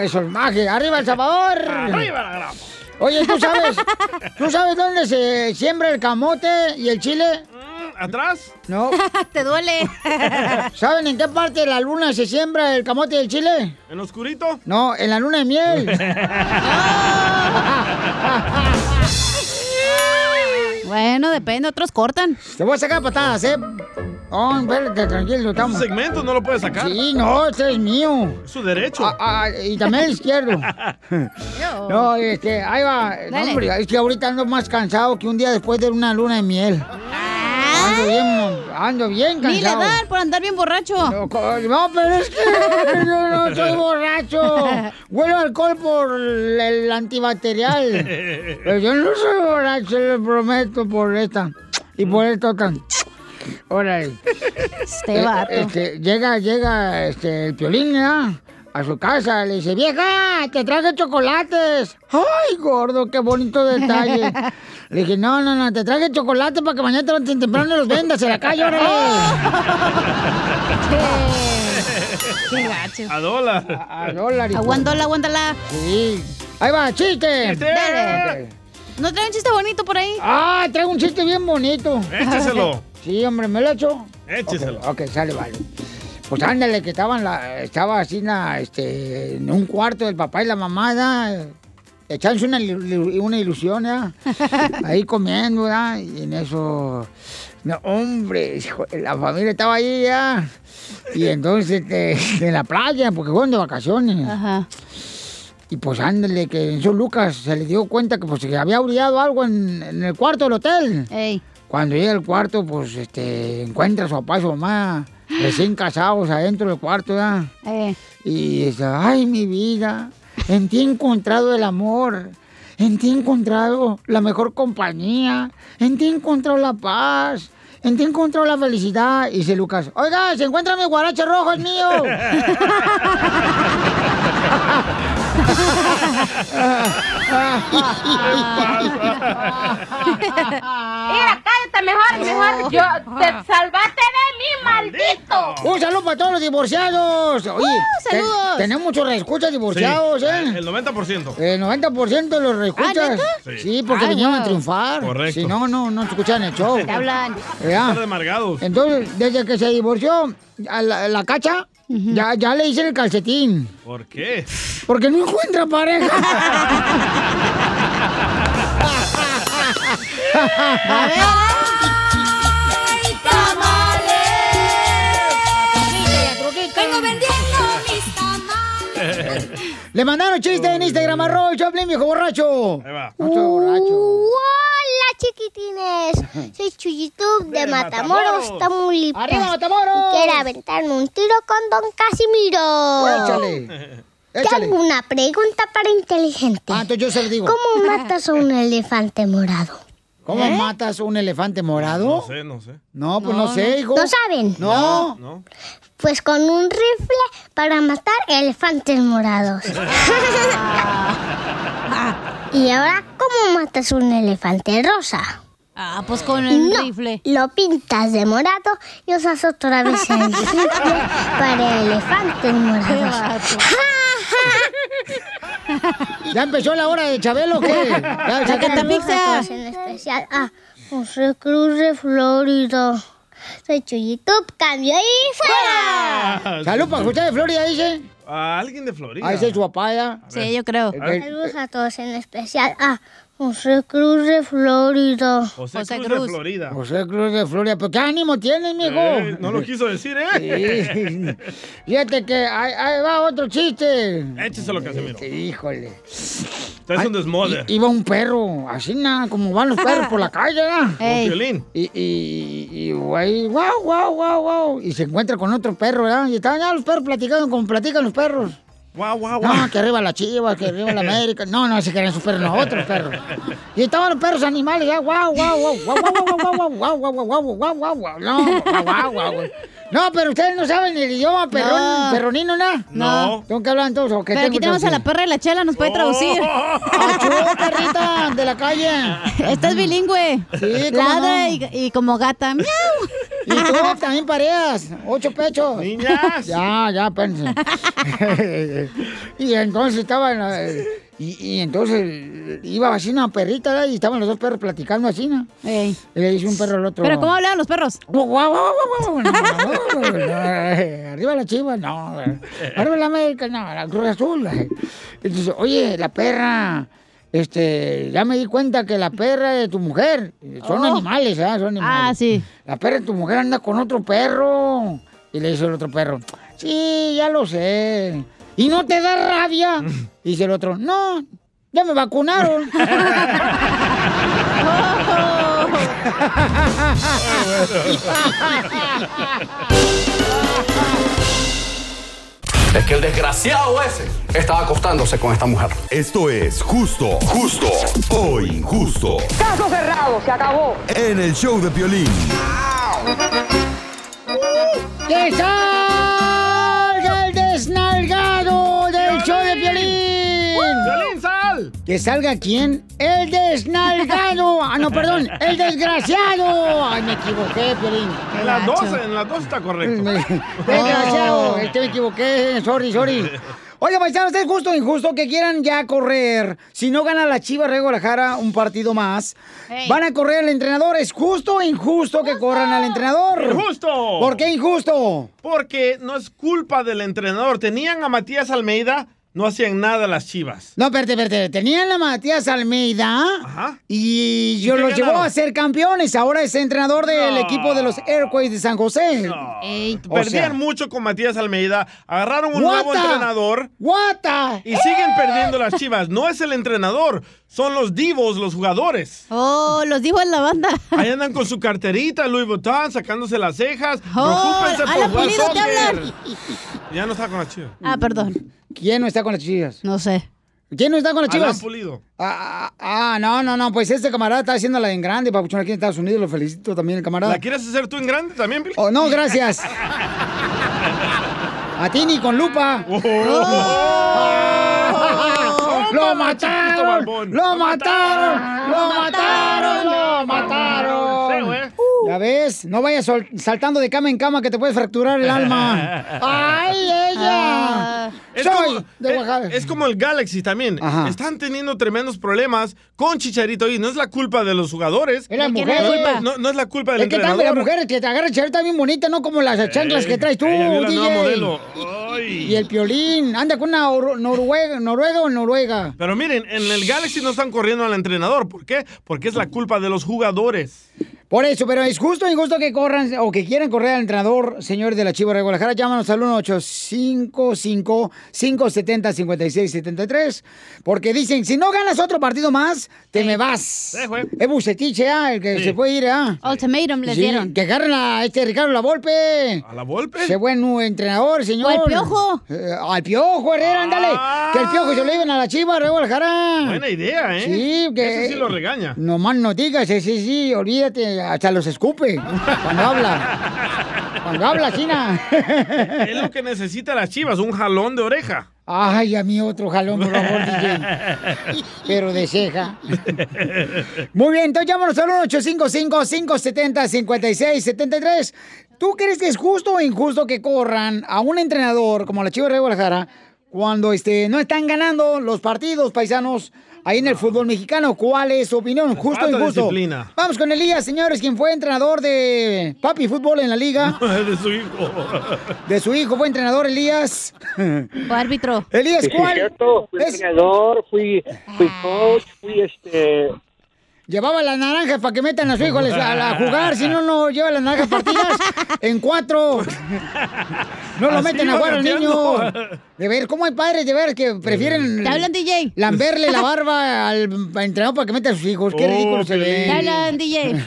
S1: Eso es magia. Arriba El Salvador.
S2: Arriba la grama.
S1: Oye, ¿tú sabes? ¿Tú sabes dónde se siembra el camote y el chile?
S2: ¿Atrás?
S1: No.
S5: Te duele.
S1: ¿Saben en qué parte de la luna se siembra el camote y el chile?
S2: ¿En oscurito?
S1: No, en la luna de miel.
S5: Bueno, depende, otros cortan.
S1: Te voy a sacar patadas, ¿eh? Oh, espérate, tranquilo, estamos.
S2: Este segmento no lo puedes sacar.
S1: Sí, no, este es mío.
S2: Es su derecho.
S1: Ah, ah, y también el izquierdo. no, este, ahí va. No,
S2: Dale.
S1: hombre, es que ahorita ando más cansado que un día después de una luna de miel. Ando bien, ando bien
S5: Ah. Ni le
S1: cansado.
S5: dan por andar bien borracho.
S1: No, co- no, pero es que yo no estoy borracho. Huelo a alcohol por el antibacterial. Pero Pues yo no soy borracho, les prometo, por esta. Y por esto tan. Órale.
S5: Mm. Este
S1: Eh,
S5: vato.
S1: este, llega, llega este, el piolín, ¿ya? A su casa, le dice, vieja, te traje chocolates. Ay, gordo, qué bonito detalle. Le dije, no, no, no, te traje chocolates para que mañana te levantes temprano y los vendas en la calle, órale.
S5: Qué gacho.
S2: A dólar.
S1: A, dólar.
S5: Aguántala, aguántala.
S1: Sí. Ahí va, chiste.
S5: Dale. ¿No trae un chiste bonito por ahí?
S1: Ah, traigo un chiste bien bonito.
S2: Écheselo.
S1: Sí, hombre, ¿me lo echo?
S2: Écheselo.
S1: Ok, ok, sale, vale. Pues ándale, que estaban la, estaba así na, este, en un cuarto el papá y la mamá, ¿da? echándose una, ilu- una ilusión, ¿da? ahí comiendo, ¿da? y en eso, no, hombre, hijo, la familia estaba ahí ya, y entonces este, en la playa, porque fueron de vacaciones. Y pues ándale, que en su Lucas se le dio cuenta que pues que había brillado algo en, en el cuarto del hotel. Cuando llega al cuarto, pues este, encuentra a su papá y su mamá recién casados adentro del cuarto, ¿ya? Y dice, ay, mi vida, en ti he encontrado el amor, en ti he encontrado la mejor compañía, en ti he encontrado la paz, en ti he encontrado la felicidad. Y dice Lucas, oiga, se encuentra mi guarache rojo, es mío.
S6: Mira, cállate mejor, mejor. Yo te salvaste de mí, maldito.
S1: Un saludo para todos los divorciados. Oye,
S6: Uh,
S1: te-
S6: saludos.
S1: tenemos muchos reescuchas divorciados,
S2: Sí,
S1: ¿eh?
S2: El 90%.
S1: El 90% de los
S2: ¿Ah,
S1: reescuchas.
S2: neta?
S1: sí.
S2: Sí.
S1: porque
S2: Ah,
S1: vinieron a
S2: wow.
S1: triunfar.
S2: Correcto.
S1: Si no, no, no escuchan el show.
S5: Te hablan.
S1: Ya.
S2: Estar de amargados.
S1: Entonces, desde que se divorció, a la, la cacha, ya, ya le hice el calcetín.
S2: ¿Por qué?
S1: Porque no encuentra pareja.
S6: A ver. Ay, tamales. Vengo vendiendo mis tamales.
S1: le mandaron chiste en Instagram, arroba el Choplin, viejo borracho. Ahí
S2: va.
S16: ¡Hola, chiquitines! Soy Chuyitub de Matamoros,
S6: Matamoros.
S16: Tamaulipas.
S6: ¡Arriba, Matamoros!
S16: Y quiero aventarme un tiro con Don Casimiro.
S1: Échale. Échale.
S16: Tengo una pregunta para inteligente. Ah,
S1: yo se lo digo.
S16: ¿Cómo matas a un elefante morado?
S1: ¿Cómo
S16: ¿Eh?
S1: matas un elefante morado?
S2: No sé, no sé.
S1: No, pues no, sé, hijo.
S16: ¿No saben?
S1: No.
S2: No.
S16: Pues con un rifle para matar elefantes morados. y ahora, ¿cómo matas un elefante rosa?
S5: Ah, pues con el
S16: No,
S5: rifle.
S16: Lo pintas de morado y usas otra vez el rifle para elefantes morados.
S1: ¿Ya empezó la hora de Chabelo o qué? Ya, sacaron-
S16: Saludos En especial a José Cruz de Florida. Soy Chuyitub, cambio y fuera.
S1: Ah, Salud para José de Florida, dice.
S2: A alguien de Florida.
S1: Ahí se su papá ya.
S5: Sí, yo creo.
S16: Saludos
S17: eh,
S16: a todos, en especial a José Cruz de Florida.
S2: José, Cruz, de Florida.
S1: José Cruz de Florida. Pues qué ánimo tienes, mijo.
S2: Eh, no lo quiso decir, ¿eh?
S1: Sí. Fíjate que ahí, ahí va otro chiste.
S2: Écheselo, Casimiro.
S1: híjole.
S2: Estás es un desmode.
S1: Iba un perro, así nada, como van los perros por la calle, ¿verdad?
S2: Como Ey. Piolín.
S1: Y, y, y, güey, guau, guau, guau, guau. Y se encuentra con otro perro, ¿verdad? Y estaban ya los perros platicando como platican los perros.
S2: Guau, guau, guau.
S1: No, que arriba la chiva, que arriba la América. No, no, se querían sus perros, no, otros perros. Y estaban los perros animales, ya, guau, guau, guau, guau, guau, guau, guau, guau, guau, guau, guau, guau, guau, guau, no, guau, guau, guau, guau. No, pero ustedes no saben el idioma perrón,
S5: No.
S1: perronino, ¿no?
S5: No.
S1: ¿Tengo que hablar entonces? o qué
S5: Pero
S1: tengo
S5: aquí
S1: que
S5: tenemos a la
S1: traducir?
S5: perra y la chela, nos puede traducir.
S1: ¡Achú, perrita de la calle!
S5: Estás bilingüe.
S1: Sí, cómo
S5: Ladra
S1: no.
S5: y, y como gata. ¡Miau!
S1: Y tú también pareas, ocho pechos.
S2: Niñas.
S1: Ya, ya, pensé. y entonces estaba en la- Y, y entonces iba así una perrita ¿verdad? y estaban los dos perros platicando así, ¿no? Y le dice un perro al otro.
S5: Pero ¿cómo hablaban los perros?
S1: Guau, guau, guau, guau, guau, no, no, no, Arriba la chiva, no. Arriba la América, no, la Cruz Azul. Entonces, oye, la perra, este, ya me di cuenta que la perra de tu mujer, son
S5: Oh.
S1: animales, ¿ah? Son animales.
S5: Ah, sí.
S1: La perra de tu mujer anda con otro perro. Y le dice el otro perro, sí, ya lo sé. ¿Y no te da rabia? Dice el otro, no, ya me vacunaron.
S5: Oh.
S17: Es que el desgraciado ese estaba acostándose con esta mujer.
S3: Esto es justo, justo o injusto.
S18: Caso cerrado, se acabó.
S3: En el show de Piolín.
S1: ¡Que salga el desnalgado del show de Piolín!
S2: sal!
S1: ¿Que salga quién? ¡El desnalgado! Ah, no, perdón, el desgraciado. Ay, me equivoqué, Piolín.
S2: En las 12, en las 12 está correcto. Oh.
S1: Desgraciado, este me equivoqué, sorry, sorry. Oye, paisanos, es justo o injusto que quieran ya correr. Si no gana la Chivas Rey Guadalajara un partido más, van a correr al entrenador. ¿Es justo o injusto que corran al entrenador?
S2: ¡Injusto!
S1: ¿Por qué injusto?
S2: Porque no es culpa del entrenador. Tenían a Matías Almeida, no hacían nada las chivas.
S1: No, espérate, espérate. Tenían a Matías Almeida y yo
S2: ¿Y qué
S1: lo llevó
S2: ganaron?
S1: a ser campeones. Ahora es entrenador del
S2: No.
S1: equipo de los Airways de San José. O
S2: Perdían
S1: sea,
S2: mucho con Matías Almeida, agarraron un
S1: What
S2: nuevo
S1: the-
S2: entrenador.
S1: ¡Guata! ¡Eh!
S2: Y siguen perdiendo las chivas. No es el entrenador, son los divos, los jugadores.
S5: Oh, los dijo en la banda.
S2: Ahí andan con su carterita, Louis Vuitton, sacándose las cejas.
S5: Oh,
S2: Preocúpense por
S5: Alan
S2: jugar
S5: Pulido, te
S2: soccer.
S5: hablan.
S2: Ya no está con las chivas.
S5: Ah, perdón.
S1: ¿Quién no está con las chivas?
S5: No sé.
S1: ¿Quién no está con las
S2: Alan
S1: chivas?
S2: Pulido.
S1: Ah, ah, ah, no, no, no, pues este camarada está haciéndola en grande, papuchón, aquí en Estados Unidos, lo felicito también el camarada.
S2: ¿La quieres hacer tú en grande también, Pili?
S1: Oh, no, gracias. A ti ni con lupa. ¡Oh! ¡Lo mataron! ¡Lo mataron! ¡Lo mataron! ¡Lo
S2: ¿eh?
S1: mataron! Ya ves, no vayas sol- saltando de cama en cama que te puedes fracturar el alma. ¡Ay, ella!
S2: Ah. Es
S1: Soy
S2: como,
S1: de
S2: es-
S1: Oaxaca.
S2: es como el Galaxy también. Están teniendo tremendos problemas con Chicharito y no es la culpa de los jugadores.
S1: Es la ¿De quién mujer. es la culpa?
S2: No, no es la culpa del
S1: Es que también las
S2: entrenador.
S1: mujeres que te agarran charita bien bonita, no como las chanclas
S2: Ey,
S1: que traes tú,
S2: ella vio la
S1: DJ.
S2: nueva modelo.
S1: Y el piolín, anda con una or- noruega, noruega o noruega.
S2: Pero miren, en el Galaxy no están corriendo al entrenador. ¿Por qué? Porque es la culpa de los jugadores.
S1: Por eso, pero es justo o injusto que corran o que quieran correr al entrenador, señores de la Chiva de Guadalajara. Llámanos al 1-855-570-5673. Porque dicen, si no ganas otro partido más, te me vas.
S2: eh.
S1: Es Bucetiche, ah, el que
S5: Sí.
S1: se puede ir, ah.
S5: Ultimatum les
S1: Sí,
S5: dieron.
S1: Que agarren a este Ricardo La Volpe.
S2: ¿A La Volpe?
S1: Ese buen uh, entrenador, señor.
S5: ¿O al Piojo?
S1: Eh, al Piojo, Herrera, ándale. Que el Piojo se lo lleven a la Chiva, de Guadalajara.
S2: Buena idea, ¿eh?
S1: Mm. Sí, que...
S2: Ese sí lo regaña.
S1: No más no digas, eh, sí, sí, sí, olvídate, hasta los escupe cuando habla. Cuando habla, China.
S2: Es lo que necesita las chivas, un jalón de oreja.
S1: Ay, a mí otro jalón, por favor, DJ. Pero de ceja. Muy bien, entonces llámanos al 1-855-570-5673. ¿Tú crees que es justo o injusto que corran a un entrenador como la Chivas de Guadalajara cuando este, no están ganando los partidos paisanos ahí en el fútbol mexicano? ¿Cuál es su opinión? ¿Justo o
S2: falta
S1: injusto?
S2: disciplina.
S1: Vamos con Elías, señores, quien fue entrenador de Papi Fútbol en la liga.
S2: de su hijo.
S1: De su hijo fue entrenador Elías.
S5: O árbitro.
S1: Elías,
S19: Sí, sí,
S1: ¿cuál?
S19: cierto, fui
S1: es- Ah.
S19: entrenador, fui, fui coach, fui este...
S1: Llevaba las naranjas para que metan a su hijo a, la- a la- a jugar, si no, no lleva las naranjas partidas en cuatro. No lo
S10: Así
S1: meten a
S10: iba
S1: jugar al niño.
S10: gateando.
S1: De ver, ¿cómo hay padres de ver que prefieren.
S5: ¿Te hablan, DJ?
S1: Lamberle la barba al entrenador para que meta a sus hijos. Qué
S5: Oh,
S1: ridículo se
S5: Piolín.
S1: ve.
S5: ¿Te hablan, DJ?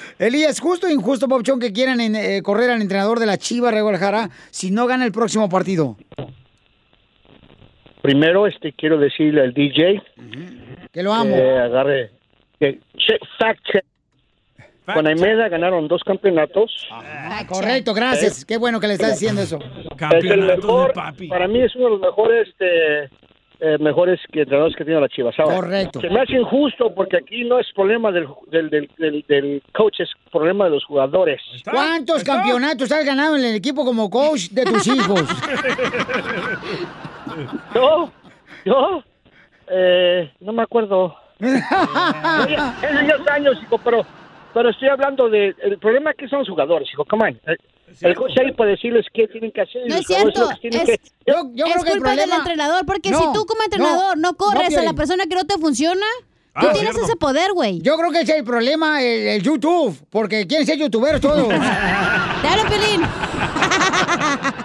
S1: Elías, ¿justo o injusto, Bobchón, que quieran en- eh, correr al entrenador de la Chiva de Guadalajara si no gana el próximo partido?
S19: Primero, este, quiero decirle al DJ
S1: que lo amo.
S19: agarre, que check, fact check. Con Aimeda ganaron dos campeonatos.
S1: Correcto, gracias. Qué bueno que le estás diciendo eso.
S19: Es el mejor, para mí es uno de los mejores, este, eh, mejores que, entrenadores que tiene la Chivas. Ahora,
S1: Correcto.
S19: Se me hace injusto porque aquí no es problema del, del, del, del- del coach, es problema de los jugadores.
S1: ¿Cuántos campeonatos has ganado en el equipo como coach de tus hijos?
S19: ¿Yo? ¿Yo? Eh, no me acuerdo. Eh, Oye, Él dio años, hijo, pero, pero estoy hablando de... El problema es que son los jugadores, hijo, come on. El- El coach ahí puede decirles qué tienen que hacer. y
S5: No es
S19: los jugadores
S5: cierto.
S19: lo que
S5: Es,
S19: tienen que-
S5: es culpa del entrenador, porque si
S19: No,
S5: tú como entrenador no,
S1: no,
S5: corres
S1: no,
S5: a la
S1: Piolín.
S5: persona que no te funciona, tú
S1: Ah,
S5: tienes
S1: cierto.
S5: ese poder, güey.
S1: Yo creo que ese es el problema, el, el YouTube, porque quieren ser youtuberos todos.
S5: Dale, Pelín.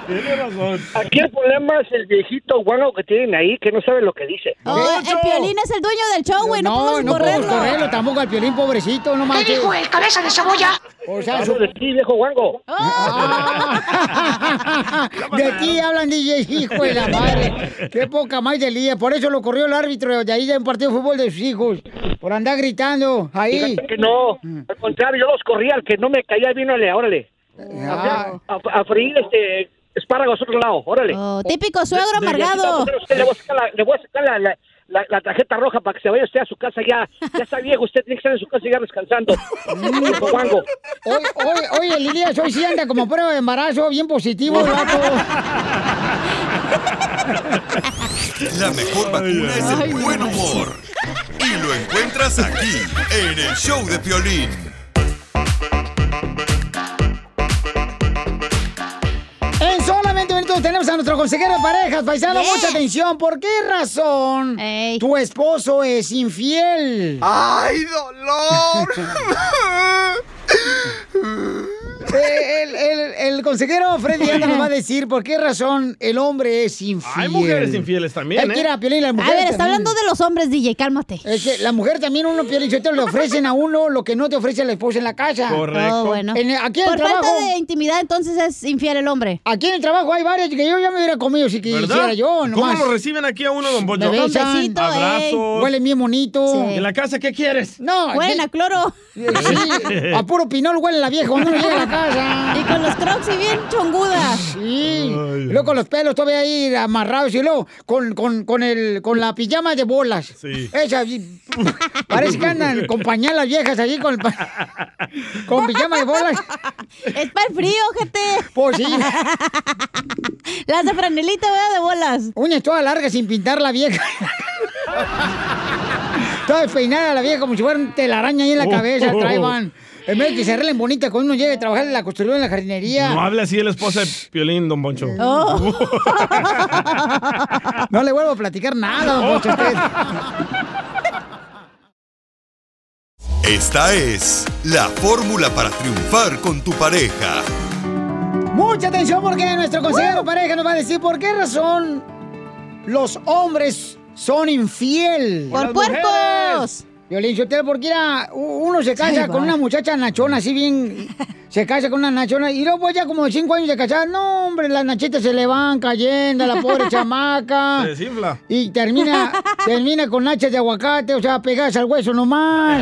S19: Tiene razón. Aquí el problema es el viejito guano que tienen ahí, que no sabe lo que dice.
S5: Oh, el Piolín es el dueño del show, güey. No, podemos
S1: no podemos
S5: correrlo.
S1: correrlo tampoco al Piolín, pobrecito, no manches.
S5: dijo el cabeza de cebolla?
S1: O sea,
S19: Hablo
S1: su-
S19: de ti, viejo guango.
S1: de ti hablan DJ, hijo de la madre. Qué poca más del día. Por eso lo corrió el árbitro de ahí de un partido de fútbol de sus hijos. Por andar gritando ahí.
S19: Fíjate que no, al contrario, yo los corría, al que no me caía bien, órale, órale. A, a- a freír este espárragos a otro lado, órale.
S5: Oh, típico suegro
S19: De- de-
S5: amargado.
S19: de- usted Le voy a sacar, la, le voy a sacar la, la- la- la tarjeta roja para que se vaya usted a su casa ya. Ya está viejo, usted tiene que estar en su casa ya descansando. Viejo guango.
S1: Hoy, hoy, hoy el Elías, hoy sí anda como prueba de embarazo, bien positivo el vato.
S3: La mejor vacuna es el buen humor. Y lo encuentras aquí, en el show de Piolín.
S1: En solamente minutos tenemos a nuestro consejero de parejas, paisano,
S5: Yeah.
S1: mucha atención. ¿Por qué razón tu esposo es infiel?
S10: ¡Ay, dolor!
S1: Eh, El, el- el consejero Freddy Anda nos va a decir por qué razón el hombre es infiel.
S2: Hay mujeres infieles también,
S1: Él quiere a
S2: ¿eh?
S1: Piolín, las
S5: A
S1: mujeres
S5: ver, está
S1: también.
S5: hablando de los hombres, DJ, cálmate.
S1: Es que la mujer también uno, Piolín, Sotelo, le ofrecen a uno lo que no te ofrece la esposa en la casa.
S5: Oh, bueno.
S1: En el- aquí en
S5: Por
S1: el trabajo.
S5: falta de intimidad, entonces es infiel el hombre.
S1: Aquí en el trabajo hay varias que yo ya me hubiera comido si quisiera yo.
S2: ¿Cómo
S1: Nomás.
S2: lo reciben aquí a uno, don Poncho? eh.
S1: Me besan,
S2: Abrazos.
S1: Huelen bien bonito.
S2: ¿En la casa qué quieres?
S1: No,
S2: Huelen
S1: a cloro. Sí, a puro pinol huele la vieja cuando uno llega a la casa.
S5: Y con los crocs y bien chongudas.
S1: Sí. Y Luego con los pelos todavía ahí amarrados y luego con, con, con, el, con la pijama de bolas.
S10: Sí.
S1: Esa, y- parece que andan con pañalas viejas allí con, el pa- con pijama de bolas.
S5: Es para el frío, gente.
S1: Pues sí.
S5: Las de franelita, ¿verdad? De bolas.
S1: Uñas toda larga sin pintar la vieja. toda despeinada la vieja como si fuera un telaraña ahí en la
S2: Oh.
S1: cabeza, trae van. En vez de que se arreglen bonita cuando uno llegue a trabajar en la construcción, en la jardinería. Oh.
S2: No hable así de la esposa de Piolín, don Poncho.
S1: Eh, No le vuelvo a platicar nada,
S2: Oh.
S1: don Poncho, a usted.
S3: Esta es la fórmula para triunfar con tu pareja.
S1: Mucha atención porque nuestro consejero pareja nos va a decir por qué razón los hombres son infiel.
S10: ¡Por Las puercos!
S1: Violín Sotelo, porque mira, u- uno se casa
S10: Ahí va.
S1: con una muchacha nachona, así bien, se casa con una nachona, y luego pues, ya como de cinco años de casar, no hombre, las nachitas se le van cayendo a la pobre chamaca.
S2: Se desinfla.
S1: Y termina, termina con nachas de aguacate, o sea, pegadas al hueso nomás.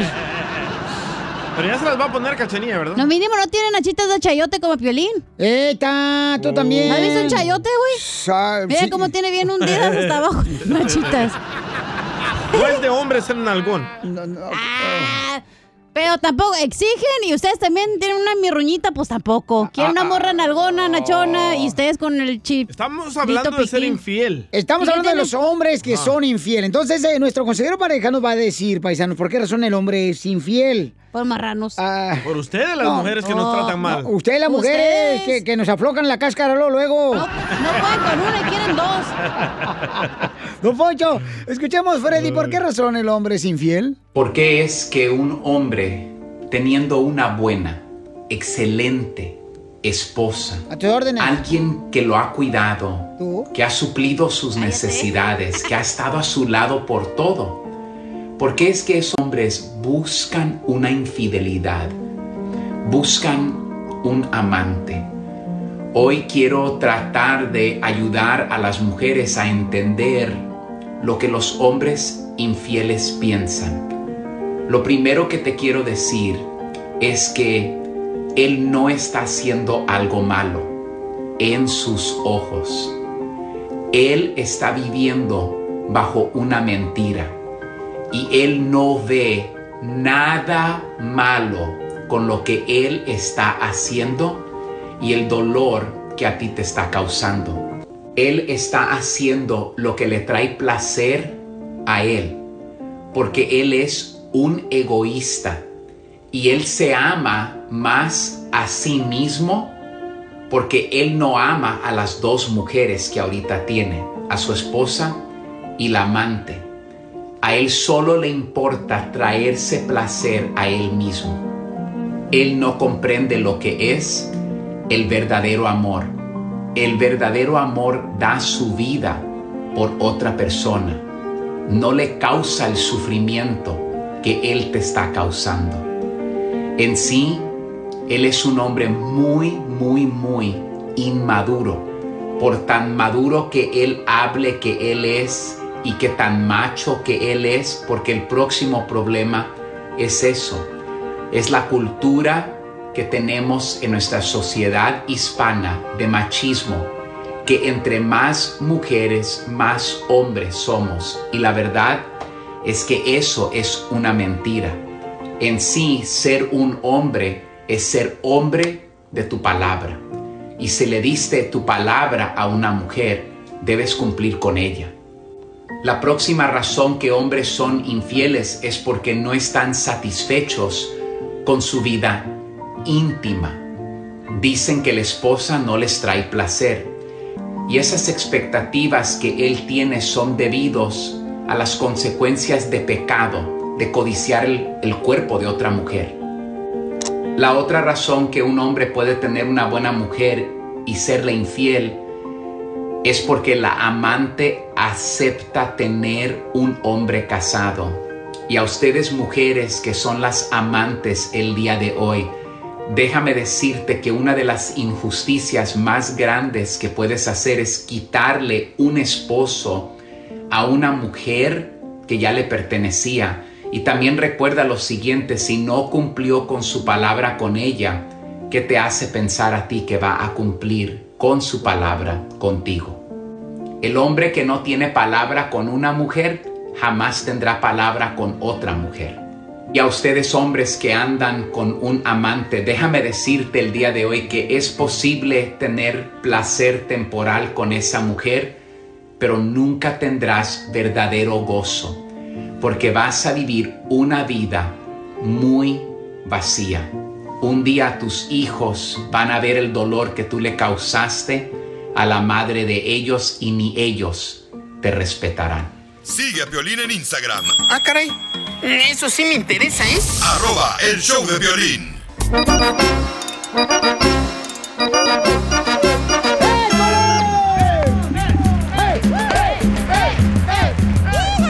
S2: Pero ya se las va a poner cachanilla, ¿verdad?
S5: No, mínimo no tienen nachitas de chayote como Piolín.
S1: Eta,
S2: Oh.
S1: tú también.
S5: ¿Has visto un chayote,
S1: güey?
S5: Mira cómo tiene bien hundidas hasta abajo las nachitas.
S2: No es de hombre, es el nalgón.
S5: Pero tampoco exigen y ustedes también tienen una mirruñita, pues tampoco. Quieren
S2: Ah,
S5: una morra nalgona, nachona y ustedes con el chip.
S2: Estamos hablando de ser infiel.
S1: Estamos hablando de los hombres que
S2: Ah.
S1: son infieles. Entonces, eh, nuestro consejero pareja nos va a decir, paisanos, por qué razón el hombre es infiel.
S5: Por marranos.
S1: Ah.
S2: Por ustedes, las mujeres que nos tratan mal.
S1: ustedes, las mujeres
S5: Ustedes.
S1: que, que nos aflocan la cáscara luego, luego.
S5: No pueden con una, quieren dos.
S1: Don Poncho, escuchemos, Freddy, ¿por qué razón el hombre es infiel?
S20: ¿Por qué es que un hombre, teniendo una buena, excelente esposa,
S1: A tus órdenes.
S20: alguien que lo ha cuidado,
S1: ¿Tú?
S20: que ha suplido sus necesidades, que ha estado a su lado por todo. Porque es que esos hombres buscan una infidelidad, buscan un amante. Hoy quiero tratar de ayudar a las mujeres a entender lo que los hombres infieles piensan. Lo primero que te quiero decir es que él no está haciendo algo malo en sus ojos. Él está viviendo bajo una mentira y él no ve nada malo con lo que él está haciendo y el dolor que a ti te está causando. Él está haciendo lo que le trae placer a Él, porque Él es un egoísta y Él se ama más a sí mismo porque Él no ama a las dos mujeres que ahorita tiene, a su esposa y la amante. A Él solo le importa traerse placer a Él mismo. Él no comprende lo que es el verdadero amor. El verdadero amor da su vida por otra persona. No le causa el sufrimiento que Él te está causando. En sí, Él es un hombre muy, muy, muy inmaduro. Por tan maduro que Él hable que Él es y que tan macho que Él es, porque el próximo problema es eso, es la cultura que tenemos en nuestra sociedad hispana de machismo, que entre más mujeres, más hombres somos. Y la verdad es que eso es una mentira. En sí, ser un hombre es ser hombre de tu palabra. Y si le diste tu palabra a una mujer, debes cumplir con ella. La próxima razón que hombres son infieles es porque no están satisfechos con su vida íntima. Dicen que la esposa no les trae placer y esas expectativas que él tiene son debidos a las consecuencias de pecado, de codiciar el, el, cuerpo de otra mujer. La otra razón que un hombre puede tener una buena mujer y serle infiel es porque la amante acepta tener un hombre casado. Y a ustedes mujeres que son las amantes el día de hoy, Déjame decirte que una de las injusticias más grandes que puedes hacer es quitarle un esposo a una mujer que ya le pertenecía. Y también recuerda lo siguiente, si no cumplió con su palabra con ella, ¿qué te hace pensar a ti que va a cumplir con su palabra contigo? El hombre que no tiene palabra con una mujer jamás tendrá palabra con otra mujer. Y a ustedes hombres que andan con un amante, déjame decirte el día de hoy que es posible tener placer temporal con esa mujer, pero nunca tendrás verdadero gozo, porque vas a vivir una vida muy vacía. Un día tus hijos van a ver el dolor que tú le causaste a la madre de ellos y ni ellos te respetarán.
S3: Sigue a Violín en Instagram.
S7: Ah, caray. Eso sí me interesa, ¿eh?
S3: Arroba el show de violín.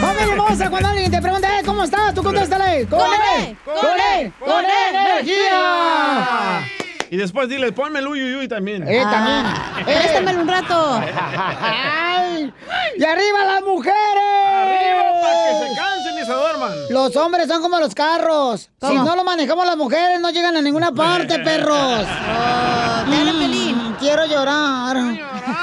S1: ¡Familia hermosa! Cuando alguien te pregunta, eh, ¿cómo estás? Tú contéstale. ¡Con
S5: E,
S1: él! ¡Con él! ¡Con E, energía!
S2: Y después dile, ponme el uyuyuy también.
S1: Eh, también. Eh.
S5: Ah, Préstamelo un rato.
S1: Ay. ¡Y arriba las mujeres!
S2: ¡Arriba para que se cansen y se duerman!
S1: Los hombres son como los carros. Si no lo manejamos las mujeres, no llegan a ninguna parte, perros. Mm,
S5: Oh, dale, Pelín.
S1: Quiero llorar.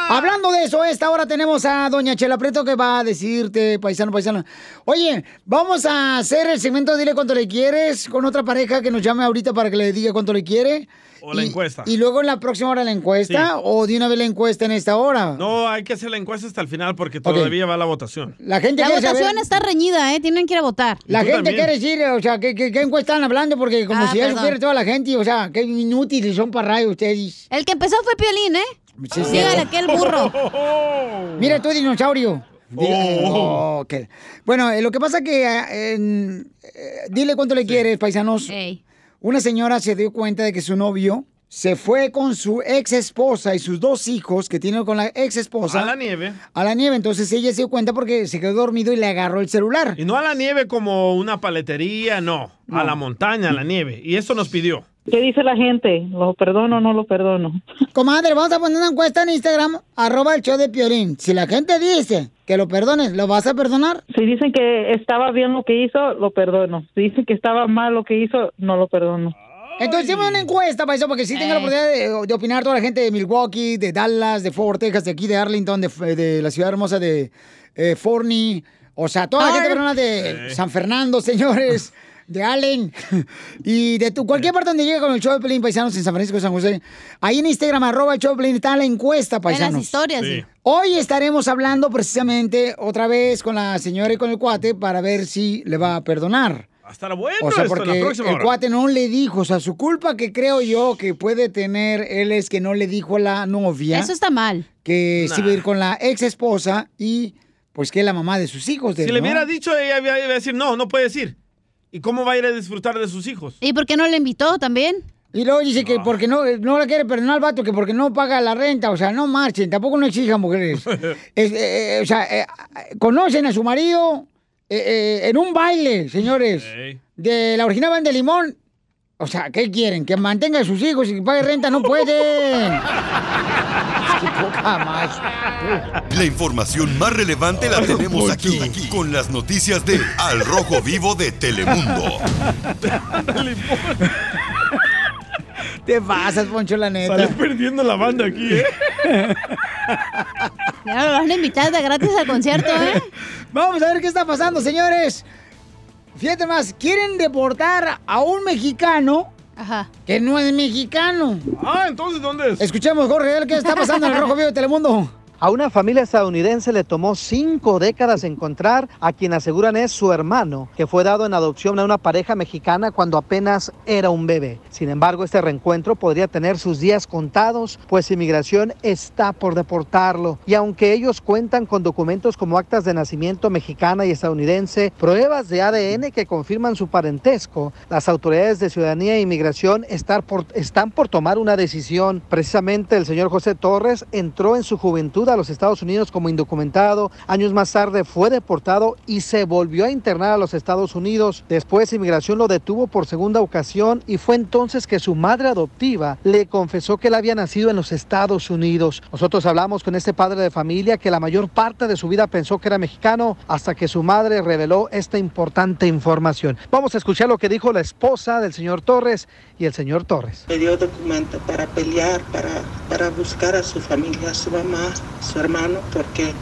S1: Hablando de eso, esta hora tenemos a Doña Chela Preto que va a decirte, paisano, paisano. Oye, vamos a hacer el segmento Dile cuánto le quieres con otra pareja que nos llame ahorita para que le diga cuánto le quiere.
S2: O la
S1: y,
S2: encuesta.
S1: Y luego en la próxima hora la encuesta
S2: Sí.
S1: o de una vez la encuesta en esta hora.
S2: No, hay que hacer la encuesta hasta el final porque todavía va la votación.
S1: La gente
S5: La
S1: quiere
S5: votación
S1: saber-
S5: está reñida, ¿eh? Tienen que ir a votar.
S1: La gente quiere decir, o sea, ¿qué, qué, qué encuesta están hablando? Porque como
S5: Ah,
S1: si ya
S5: perdón.
S1: supiera toda la gente, o sea, qué inútiles son para radio ustedes.
S5: El que empezó fue Piolín, ¿eh?
S1: Sí, sí.
S5: Dígale que el burro.
S1: Mira tú, dinosaurio. Di-
S5: Oh.
S1: Oh, qué- Bueno, eh, lo que pasa que... eh, en- eh, dile cuánto le quieres, paisanos. Una señora se dio cuenta de que su novio se fue con su ex esposa y sus dos hijos que tiene con la ex esposa.
S2: A la nieve.
S1: A la nieve. Entonces ella se dio cuenta porque se quedó dormido y le agarró el celular.
S2: Y no a la nieve como una paletería, no. A la montaña, a la nieve. Y eso nos pidió.
S11: ¿Qué dice la gente? ¿Lo perdono o no lo perdono?
S1: Comadre, vamos a poner una encuesta en Instagram, arroba el show de Piorín. Si la gente dice que lo perdones, ¿lo vas a perdonar?
S11: Si dicen que estaba bien lo que hizo, lo perdono. Si dicen que estaba mal lo que hizo, no lo perdono.
S1: Entonces, hicimos una encuesta, paisano, porque sí tenga la
S11: Eh.
S1: oportunidad de, de opinar toda la gente de Milwaukee, de Dallas, de Fort Worth, Texas, de aquí, de Arlington, de, de la ciudad hermosa de eh, Forney. O sea, toda la gente
S5: Ar-
S1: perdona de
S5: Eh.
S1: San Fernando, señores, de Allen. Y de tu, cualquier parte donde llegue con el show de Pelín Paisanos en San Francisco de San José. Ahí en Instagram, arroba el show de Pelín, está la encuesta, paisanos.
S5: historias, Sí. sí.
S1: Hoy estaremos hablando precisamente otra vez con la señora y con el cuate para ver si le va a perdonar.
S2: Hasta la buena
S1: O
S2: esto
S1: sea,
S2: en
S1: porque
S2: la próxima
S1: el
S2: hora.
S1: cuate no le dijo, o sea, su culpa que creo yo que puede tener él es que no le dijo a la novia.
S5: Eso está mal.
S1: Que
S2: Nah.
S1: se iba a ir con la ex esposa y pues que es la mamá de sus hijos. de
S2: Si
S1: él,
S2: le
S1: ¿no?
S2: hubiera dicho, ella iba iba a decir, no, no puedes ir. ¿Y cómo va a ir a disfrutar de sus hijos?
S1: ¿Y por qué no le invitó también? Y luego dice que porque no, no la quiere perdonar al vato, que porque no paga la renta. O sea, no marchen, tampoco no exijan mujeres. Es, eh, eh, o sea, eh, eh, conocen a su marido eh, eh, en un baile, señores. De la original Van de Limón. O sea, ¿qué quieren? Que mantenga a sus hijos y que pague renta. No pueden. Qué poca más.
S3: La información más relevante la tenemos aquí, aquí, con las noticias de Al Rojo Vivo de Telemundo.
S1: Te pasas, Poncho, la neta.
S2: Sales perdiendo la banda aquí, ¿eh?
S5: Ya lo van a invitar de gratis al concierto, ¿eh?
S1: Vamos a ver qué está pasando, señores. Fíjate más, quieren deportar a un mexicano que no es mexicano.
S2: Ah, entonces, ¿dónde es?
S1: Escuchemos, Jorge, a ver qué está pasando en el Rojo Vivo de Telemundo.
S4: A una familia estadounidense le tomó cinco décadas encontrar a quien aseguran es su hermano, que fue dado en adopción a una pareja mexicana cuando apenas era un bebé. Sin embargo, este reencuentro podría tener sus días contados, pues inmigración está por deportarlo. Y aunque ellos cuentan con documentos como actas de nacimiento mexicana y estadounidense, pruebas de ADN que confirman su parentesco, las autoridades de ciudadanía e inmigración estar por- están por tomar una decisión. Precisamente el señor José Torres entró en su juventud a los Estados Unidos como indocumentado. Años más tarde fue deportado y se volvió a internar a los Estados Unidos. Después inmigración lo detuvo por segunda ocasión y fue entonces que su madre adoptiva le confesó que él había nacido en los Estados Unidos. Nosotros hablamos con este padre de familia que la mayor parte de su vida pensó que era mexicano hasta que su madre reveló esta importante información. Vamos a escuchar lo que dijo la esposa del señor Torres y el señor Torres.
S8: Le dio documento para pelear, para, para buscar a su familia, a su mamá, a su hermano, porque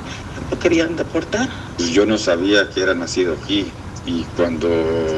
S8: lo querían deportar.
S21: Pues Yo no sabía que era nacido aquí y cuando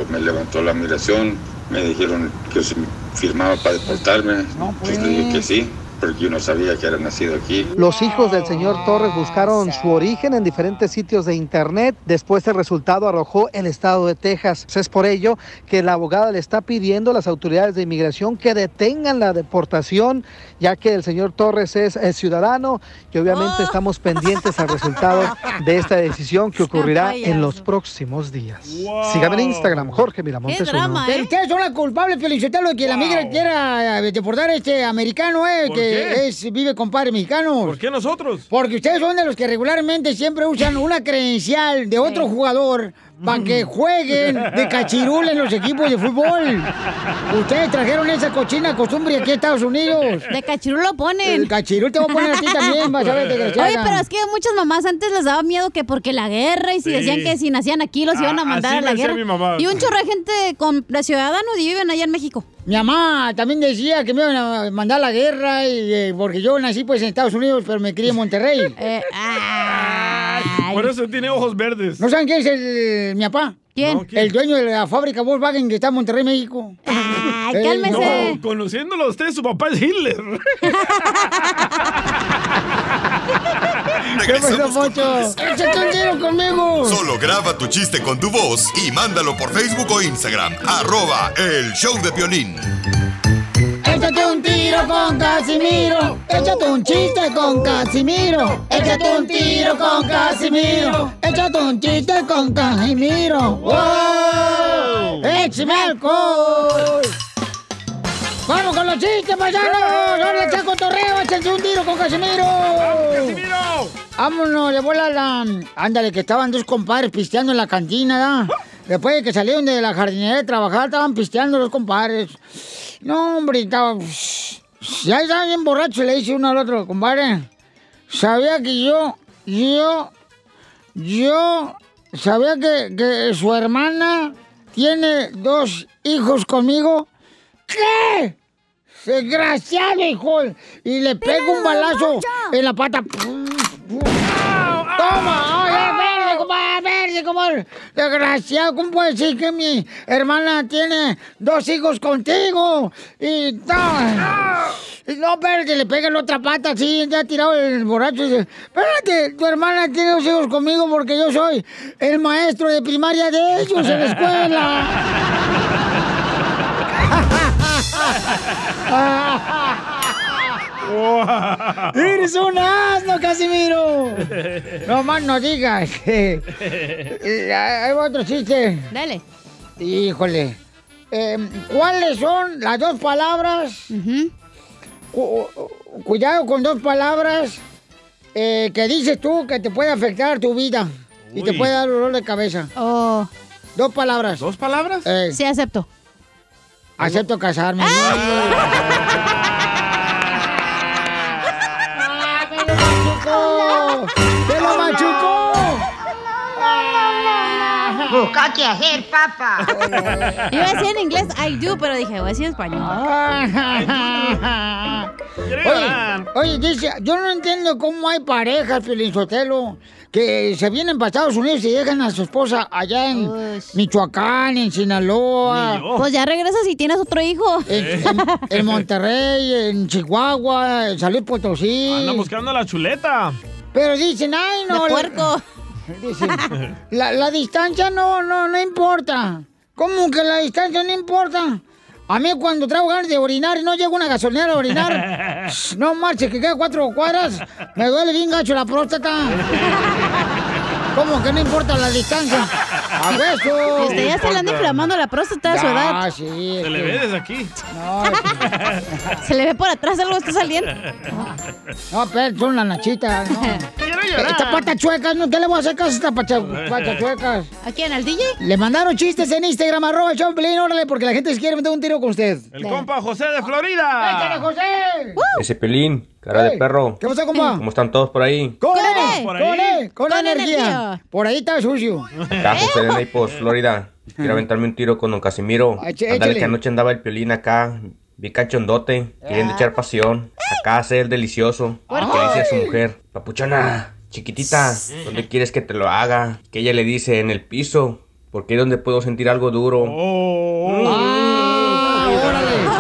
S21: me levantó la migración me dijeron que si firmaba para deportarme. pues. le dije que sí, porque yo no sabía que era nacido aquí.
S4: Los hijos del señor Torres buscaron su origen en diferentes sitios de internet. Después el resultado arrojó el estado de Texas. Es por ello que la abogada le está pidiendo a las autoridades de inmigración que detengan la deportación, ya que el señor Torres es, eh, ciudadano y obviamente estamos pendientes al resultado de esta decisión que ocurrirá en los próximos días. Sígame en Instagram, Jorge Miramontes. uno.
S5: ¿eh?
S1: Pero ustedes son las culpables, Felicitalo, de que la migra quiera eh, deportar a este americano, eh,
S2: ¿Por
S1: que
S2: qué?
S1: es, vive con padres mexicanos. ¿Por
S2: qué nosotros?
S1: Porque ustedes son de los que regularmente siempre usan una credencial de otro jugador para
S5: Mm.
S1: que jueguen de cachirul en los equipos de fútbol. Ustedes trajeron esa cochina costumbre aquí a Estados Unidos.
S5: De cachirul lo ponen.
S1: El cachirul te voy a poner a ti también, vas a ver, desgraciada.
S5: Oye, pero es que muchas mamás antes les daba miedo que porque la guerra y si
S1: Sí.
S5: decían que si nacían aquí los iban a
S1: Ah,
S5: mandar
S1: así
S5: a la
S1: me decía
S5: guerra.
S1: mi mamá.
S5: Y un chorro de gente con de ciudadanos y viven allá en México.
S1: Mi mamá también decía que me iban a mandar a la guerra y, eh, porque yo nací pues en Estados Unidos, pero me crié en Monterrey.
S5: Eh, ah.
S2: Por eso tiene ojos verdes.
S1: ¿No saben quién es el, mi papá?
S2: ¿Quién? No, ¿quién?
S1: El dueño de la fábrica Volkswagen que está en Monterrey, México.
S5: Ah,
S1: ¡Ay,
S2: No, conociéndolo a usted, su papá es Hitler.
S3: Regresamos con más.
S1: ¡Échate un tiro conmigo!
S3: Solo graba tu chiste con tu voz y mándalo por Facebook o Instagram. Arroba el show de violín.
S1: Échate un tiro con Casimiro. Échate un chiste con Casimiro. Échate un tiro con Casimiro. Échate un chiste con Casimiro. ¡Wow! ¡Échame alcohol! ¡Vamos con los chistes, paisanos! ¡Ahora echa cotorreo! ¡Échate un tiro con Casimiro! ¡Vamos, Casimiro! ¡Vámonos, de bola la... Ándale, que estaban dos compadres pisteando en la cantina, ¿da? Después de que salieron de la jardinería de trabajar, estaban pisteando los compadres. No, hombre, estaba... Ya estaba bien borracho, le dice uno al otro, compadre. Sabía que yo, yo, yo sabía que, que su hermana tiene dos hijos conmigo. ¿Qué? Desgraciado, hijo. Y le pego un balazo en la pata. ¡Toma! ¡Ay, a ver, compadre! así como el desgraciado, ¿cómo puede decir que mi hermana tiene dos hijos contigo? Y no, y no, espérate, le pega la otra pata así, ya ha tirado el borracho y dice, espérate, tu hermana tiene dos hijos conmigo porque yo soy el maestro de primaria de ellos en la escuela. ¡Eres un asno, Casimiro! No más no digas. Eh, Hay otro chiste.
S5: Dale.
S1: Híjole. Eh, ¿Cuáles son las dos palabras? Cu- cuidado con dos palabras eh, que dices tú que te puede afectar tu vida y te
S5: Uy.
S1: puede dar dolor de cabeza. Dos palabras. ¿Dos palabras?
S5: Oh. Sí, acepto.
S1: Acepto casarme. ¡Te lo machucó!
S5: Busca qué hacer, papá. Iba a decir en inglés I do, pero dije, voy a decir en español.
S1: Oye, oye, dice, yo no entiendo cómo hay parejas, Sotelo, que se vienen para Estados Unidos y dejan a su esposa allá en Michoacán, en Sinaloa.
S5: Ni yo. Pues ya regresas y tienes otro hijo. Eh.
S1: En, en- en Monterrey, en Chihuahua, en San Luis Potosí.
S2: Anda buscando la chuleta.
S1: Pero dicen, ay, no.
S2: De
S1: la-
S2: puerco.
S1: Dicen, la, la distancia no, no, no importa. ¿Cómo que la distancia no importa? A mí cuando traigo ganas de orinar y no llego a una gasolinera a orinar, shh, no marches, que queda cuatro cuadras, me duele bien gacho la próstata. ¿Cómo que no importa la distancia? A hueso.
S5: Usted Este, ya se le anda inflamando la próstata a su
S1: Ya,
S5: edad.
S1: sí.
S2: Se
S1: es
S2: le
S1: que-
S2: ve desde aquí.
S5: Se le ve por atrás algo está saliendo.
S1: No, pero son las nachitas, no. Estas patas chuecas, no, ¿qué le voy a hacer caso a estas pacha- patas chuecas?
S5: ¿A quién? ¿Al DJ?
S1: Le mandaron chistes en Instagram, arroba el show de Piolín, órale, porque la gente se quiere meter un tiro con usted.
S2: El compa José de Florida.
S1: ¡Échale, José!
S3: ¡Uh!
S9: Ese pelín, cara
S1: Ey,
S9: de perro.
S1: ¿qué pasó, compa?
S9: ¿Cómo están todos por ahí?
S1: ¡Con
S9: Acá
S1: él!
S9: por
S1: E, ¡Con
S9: ahí.
S1: él! ¡Con,
S5: Con
S1: energía!
S5: energía.
S1: Por ahí está sucio.
S9: José de Naples, Florida. Quiero aventarme un tiro con don Casimiro.
S1: Ah, che,
S9: Ándale,
S1: échale.
S9: que anoche andaba el piolín acá. Vi cachondote,
S1: Ah.
S9: queriendo echar pasión. Acá hace el delicioso. ¿Qué le dice a su mujer? Papuchona, chiquitita, ¿dónde quieres que te lo haga? Que ella le dice, en el piso, porque es donde puedo sentir algo duro.
S1: ¡Órale!
S2: ¡Oh!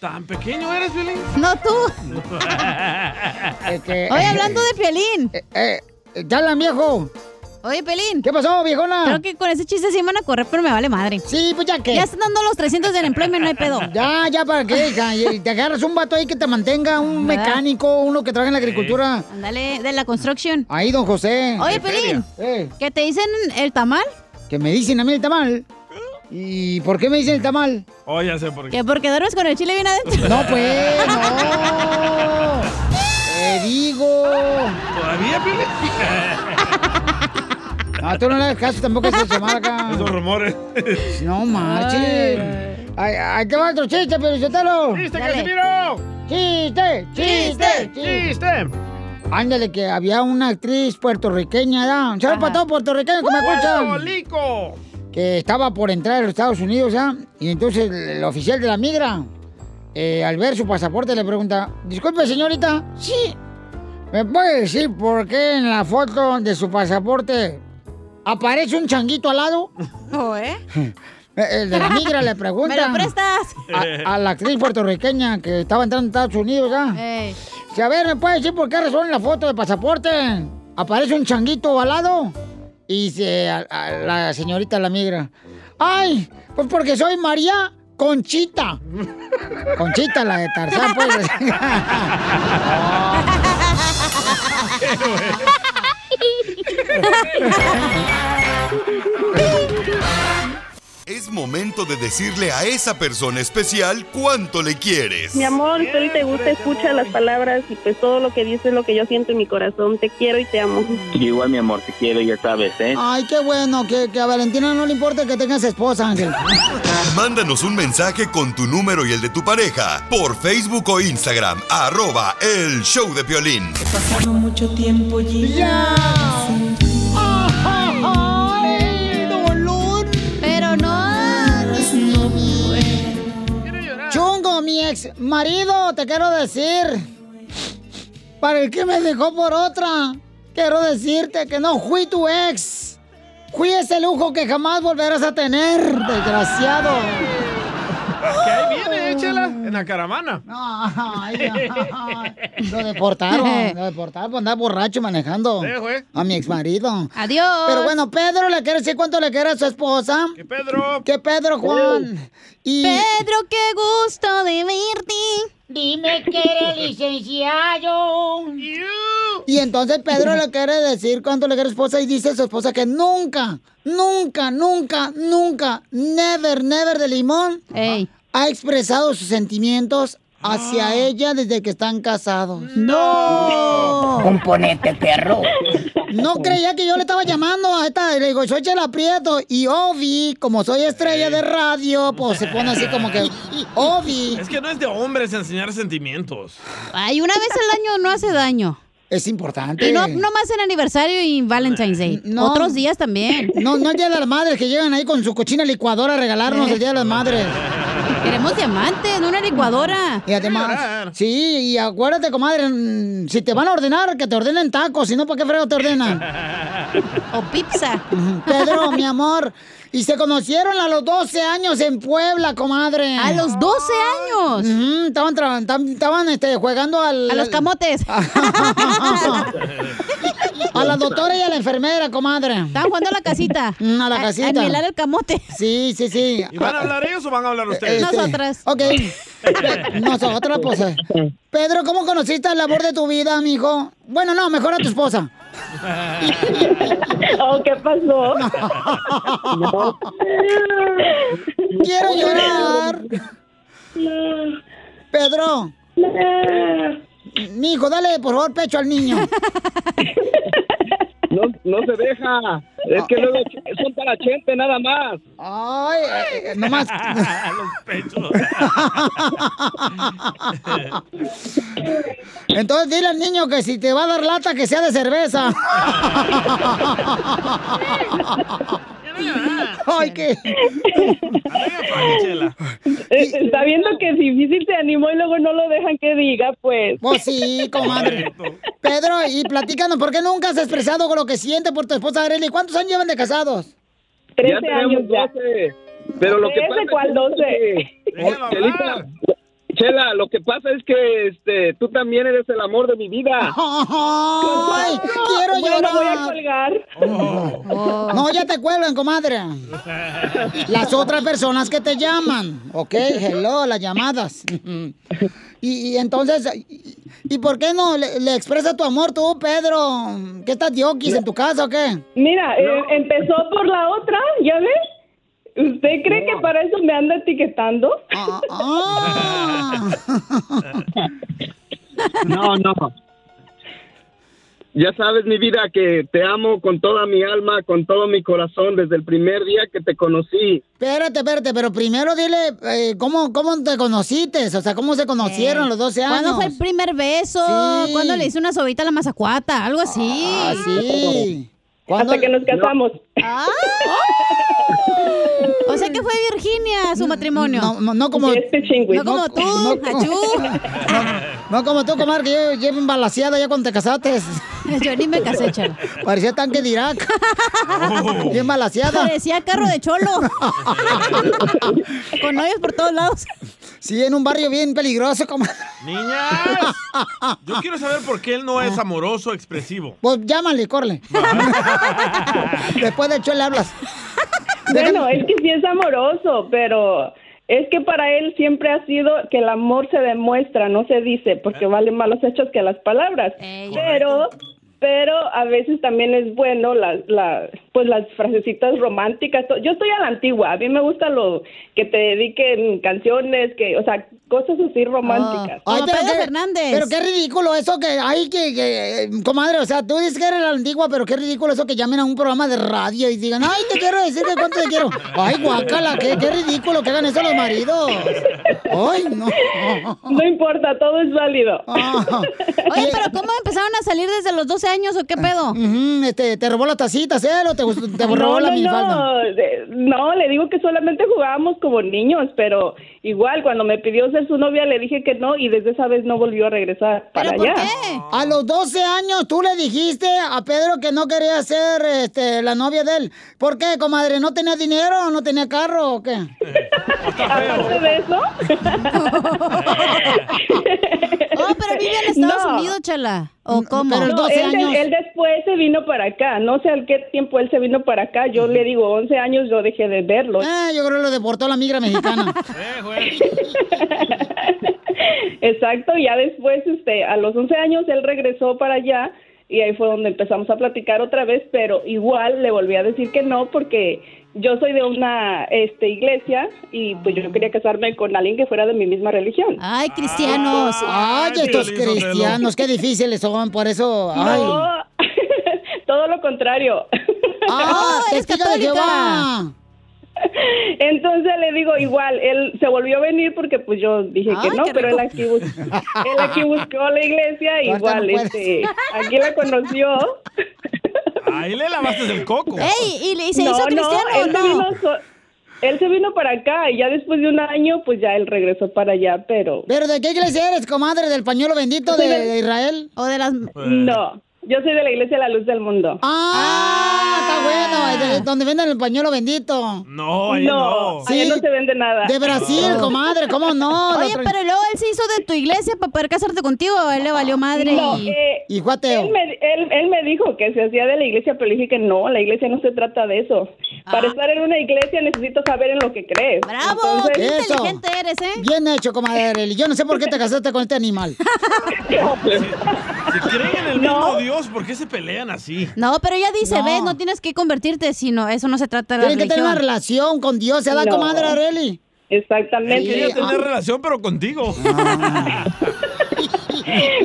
S2: ¿Tan pequeño eres, Violín?
S5: No tú.
S1: Este,
S5: Oye, hablando de Piolín.
S1: Eh, ¡Dale, viejo!
S5: Oye, Pelín.
S1: ¿Qué pasó, viejona?
S5: Creo que con ese chiste sí me van a correr, pero me vale madre.
S1: Sí, pues ya que.
S5: Ya están dando los 300 del employment, no hay pedo.
S1: Ya, ya, ¿para qué, hija? Y Te agarras un vato ahí que te mantenga, un
S5: ¿Verdad?
S1: mecánico, uno que trabaja en la agricultura.
S5: Eh,
S1: Eh,
S5: Ándale, de la construction.
S1: Ahí, don José.
S5: Oye, Pelín.
S1: Eh.
S5: ¿Qué te dicen el tamal?
S1: Que me dicen a mí el tamal. ¿Y por qué me dicen el tamal?
S2: Oh, ya sé por qué.
S5: Que porque duermes con el chile bien adentro.
S1: No, pues, no. Te digo.
S2: ¿Todavía, Piolín?
S1: No, tú no le das caso tampoco a esa chamaca.
S2: Esos rumores.
S1: No marches. Ay, ay, te va otro chiste, pero Sotelo.
S2: ¡Chiste,
S1: Dale.
S2: Casimiro!
S1: ¡Chiste! ¡Chiste! ¡Chiste! Ándale, que había una actriz puertorriqueña, ¿ya? Un saludo para todos puertorriqueños que me escuchan.
S2: ¡Lico!
S1: que estaba por entrar a los Estados Unidos, ¿ah? Y entonces el, el oficial de la migra, eh, al ver su pasaporte, le pregunta, disculpe señorita, sí, ¿me puede decir por qué en la foto de su pasaporte aparece un changuito al lado?
S5: No, ¿eh?
S1: Eh, El de la migra le pregunta.
S5: ¿Me lo prestas?
S1: A, a la actriz puertorriqueña que estaba entrando a Estados Unidos, ¿ah? Dice, a ver, ¿me puede decir por qué razón en la foto de pasaporte aparece un changuito balado? Y dice a- a la señorita la migra, ¡ay! Pues porque soy María Conchita. Conchita, la de Tarzán, pues.
S3: Es momento de decirle a esa persona especial cuánto le quieres.
S22: Mi amor, si hoy te gusta, escucha las palabras y pues todo lo que dices es lo que yo siento en mi corazón. Te quiero y te amo.
S23: Igual, mi amor, te quiero, ya sabes, ¿eh?
S1: Ay, qué bueno, que, que a Valentina no le importa que tengas esposa, Ángel.
S3: Mándanos un mensaje con tu número y el de tu pareja por Facebook o Instagram, arroba el show de Piolín.
S10: Pasado mucho tiempo
S1: ya.
S5: ¡Ay, dolor! Pero no. No
S1: Chungo, mi ex marido, te quiero decir. Para el que me dejó por otra. quiero decirte que no fui tu ex. Fui ese lujo que jamás volverás a tener, desgraciado.
S2: Que ahí viene, échala, en la caravana.
S1: Ay, ay, Lo deportaron, lo deportaron por andar borracho manejando
S2: Sí, güey.
S1: a mi exmarido.
S5: Adiós.
S1: Pero bueno, Pedro le quiere decir cuánto le quiere a su esposa. ¿Qué Pedro? Uh. ¿Qué Pedro, Juan? Y...
S5: Pedro, qué gusto de verte.
S1: Dime que eres licenciado. Y entonces Pedro le quiere decir cuánto le quiere a su esposa y dice a su esposa que nunca, nunca, nunca, nunca, never, never de limón ha expresado sus sentimientos hacia ella desde que están casados. ¡No!
S24: Componente, perro.
S1: No creía que yo le estaba llamando a esta. y Le digo, soy Chela Prieto. Y Ovi, como soy estrella de radio, pues se pone así como que. Ovi.
S2: Es que no es de hombres enseñar sentimientos.
S5: Ay, una vez al año no hace daño.
S1: Es importante.
S5: Y no, no más en aniversario y Valentine's Day. Otros días también.
S1: No, no el Día de las Madres que llegan ahí con su cochina licuadora a regalarnos el Día de las Madres.
S5: Queremos diamantes, no una licuadora.
S1: Y además, sí, y acuérdate, comadre, mm, si te van a ordenar, que te ordenen tacos, si no, ¿para qué frego te ordenan?
S5: O pizza.
S1: Pedro, mi amor, y se conocieron a los 12 años en Puebla, comadre.
S5: ¿A los 12 años?
S1: Ujú, estaban tra- tam- estaban este, jugando al...
S5: A los
S1: camotes. a la doctora y a la enfermera, comadre. Mm,
S5: Estaban jugando a la casita.
S1: a la
S5: A-
S1: casita.
S5: a nivelar el
S1: camote. Sí, sí, sí.
S2: ¿Y van a hablar ellos o van a hablar ustedes?
S1: Este, Ok.
S5: Eh.
S1: Nosotras, pues. eh. Pedro, ¿cómo conociste el amor de tu vida, mijo? Bueno, no, mejor a tu esposa.
S24: Oh, ¿qué pasó?
S1: Quiero llorar. Pedro. Mijo, dale, por favor, pecho al niño.
S19: No, no se deja. Es que luego ch- son para gente nada más.
S1: Ay, eh, nomás. Entonces dile al niño que si te va a dar lata, que sea de cerveza. Ay,
S24: Eh,
S1: qué.
S24: Está viendo eh, que es difícil se animó y luego no lo dejan que diga, pues.
S1: Pues sí, comadre. Pedro, y platícanos, ¿por qué nunca has expresado lo que siente por tu esposa Arely? ¿Cuántos años llevan de casados?
S19: eh, Ya tenemos 12. Pero lo que
S24: ¿Ese
S19: pasa es
S24: cuál
S19: que- este,
S24: 12?
S19: Chelita, Chela, lo que pasa es que este, tú también eres el amor de mi vida.
S1: ¡Ay! ¡Quiero
S24: Bueno,
S1: llorar! Oh.
S24: voy a colgar.
S1: No, ya te cuelgan, comadre. Las otras personas que te llaman. Ok, hello, las llamadas. Y, y entonces, y, y por qué no le, le expresa tu amor tú, Pedro? ¿Qué estás diokis en tu casa o qué?
S24: Mira, eh, empezó por la otra, ¿ya ves? ¿Usted cree que para eso me anda etiquetando?
S1: Ah,
S19: No, no. Ya sabes, mi vida, que te amo con toda mi alma, con todo mi corazón, desde el primer día que te conocí.
S1: Espérate, espérate, pero primero dile eh, ¿cómo, cómo te conociste, o sea, cómo se conocieron los 12 años.
S5: Eh, ¿Cuándo fue el primer beso?
S1: Sí.
S5: ¿Cuándo le hice una sobita a la mazacuata? Algo así. Ah,
S1: sí.
S24: Hasta que nos casamos.
S5: O sea que fue Virginia su matrimonio.
S1: No, no, no como.
S5: No como tú, achú.
S1: No como tú, comadre, que yo llevo balaseada ya cuando te casaste.
S5: Yo ni me casé, chela.
S1: Parecía tanque de Irak. Bien balaseada.
S5: Parecía carro de cholo.
S1: Con hoyos por todos lados. Sí, en un barrio bien peligroso, comadre.
S2: Niñas, yo quiero saber por qué él no es amoroso, expresivo.
S1: Pues llámale, corle. Después de hecho le hablas.
S24: Bueno, es que sí es amoroso, pero es que para él siempre ha sido que el amor se demuestra, no se dice, porque
S1: Eh.
S24: valen más los hechos que las palabras. Pero pero a veces también es bueno la, la- pues las frasecitas románticas. To- Yo estoy a la antigua, a mí me gusta lo que te dediquen canciones, que o sea, cosas así románticas.
S1: Ah. Ay, qué- Pero qué ridículo eso que hay que, que, eh, comadre, o sea, tú dices que eres la antigua, pero qué ridículo eso que llamen a un programa de radio y digan, ay, te quiero decir que cuánto te quiero. Ay, guácala, qué, qué ridículo que hagan eso los maridos. Ay, no. Ah.
S24: No importa, todo es válido.
S5: Oye, pero ¿cómo empezaron a salir desde los 12 años o qué pedo?
S1: este, te robó las tacitas, ¿eh? ¿O te, te robó la minifalda?
S24: de- No, le digo que solamente jugábamos como niños, pero Igual, cuando me pidió ser su novia, le dije que no y desde esa vez no volvió a regresar para allá.
S1: A los 12 años tú le dijiste a Pedro que no quería ser este, la novia de él. ¿Por qué, comadre? ¿No tenía dinero? ¿No tenía carro o qué?
S24: Aparte de eso,
S5: No, pero vive en Estados
S24: No.
S5: Unidos, chala. ¿O cómo?
S24: No, él, de- él después se vino para acá. No sé al qué tiempo él se vino para acá. Yo le digo, 11 años yo dejé de verlo.
S1: Ah, yo creo que lo deportó la migra mexicana.
S24: Exacto, ya después, este, a los 11 años él regresó para allá y ahí fue donde empezamos a platicar otra vez, pero igual le volví a decir que no porque yo soy de una este, iglesia y pues yo quería casarme con alguien que fuera de mi misma religión.
S5: Ay, cristianos.
S1: Ay, estos cristianos, qué difíciles son, por eso. Ay.
S24: No, todo lo contrario.
S1: Ah,
S24: es
S1: testigo de Jehová.
S24: Entonces le digo igual, él se volvió a venir porque pues yo dije
S5: Ay,
S24: que no,
S5: qué
S24: pero él
S5: rico.
S24: aquí, bus- él aquí buscó la iglesia,
S5: Tú ahorita
S24: igual,
S5: no puedes.
S24: este, aquí la conoció.
S2: Ahí le lavaste el coco.
S5: Ey, ¿y le- y se
S24: No,
S5: hizo cristiano o
S24: él se
S5: no?
S24: vino so- él se vino para acá y ya después de un año pues ya él regresó para allá, pero... Pues
S1: ¿Pero de qué iglesia eres, comadre? ¿Del pañuelo bendito de, de Israel?
S5: ¿O de las.?
S24: No, yo soy de la iglesia La Luz del Mundo.
S1: Ah, está bueno, de- donde venden el pañuelo bendito.
S2: No, ahí no.
S1: Sí,
S24: no se vende nada.
S1: De Brasil,
S5: No.
S1: comadre, ¿cómo no?
S5: Oye, pero luego él se hizo de tu iglesia para poder casarte contigo. A él le valió madre.
S24: No,
S5: y...
S24: eh,
S1: Y guateo.
S24: Él me, él, él me dijo que se hacía de la iglesia, pero le dije que no, la iglesia no se trata de eso. Para estar en una iglesia necesito saber en lo que crees.
S5: Ah. ¡Bravo! ¡Qué
S1: Eso.
S5: inteligente eres, eh!
S1: Bien hecho, comadre. Yo no sé por qué te casaste con este animal.
S2: Si creen en el mismo Dios, ¿por qué se pelean así?
S5: No, pero ella dice,
S1: No.
S5: ves, no tienes que convertirte, sino eso no se trata de la
S1: Tienen que tener
S5: religión.
S1: una relación con Dios, ¿se da,
S5: No.
S1: comadre Areli?
S2: Él
S24: Exactamente.
S1: ah.
S2: quería tener relación, pero contigo.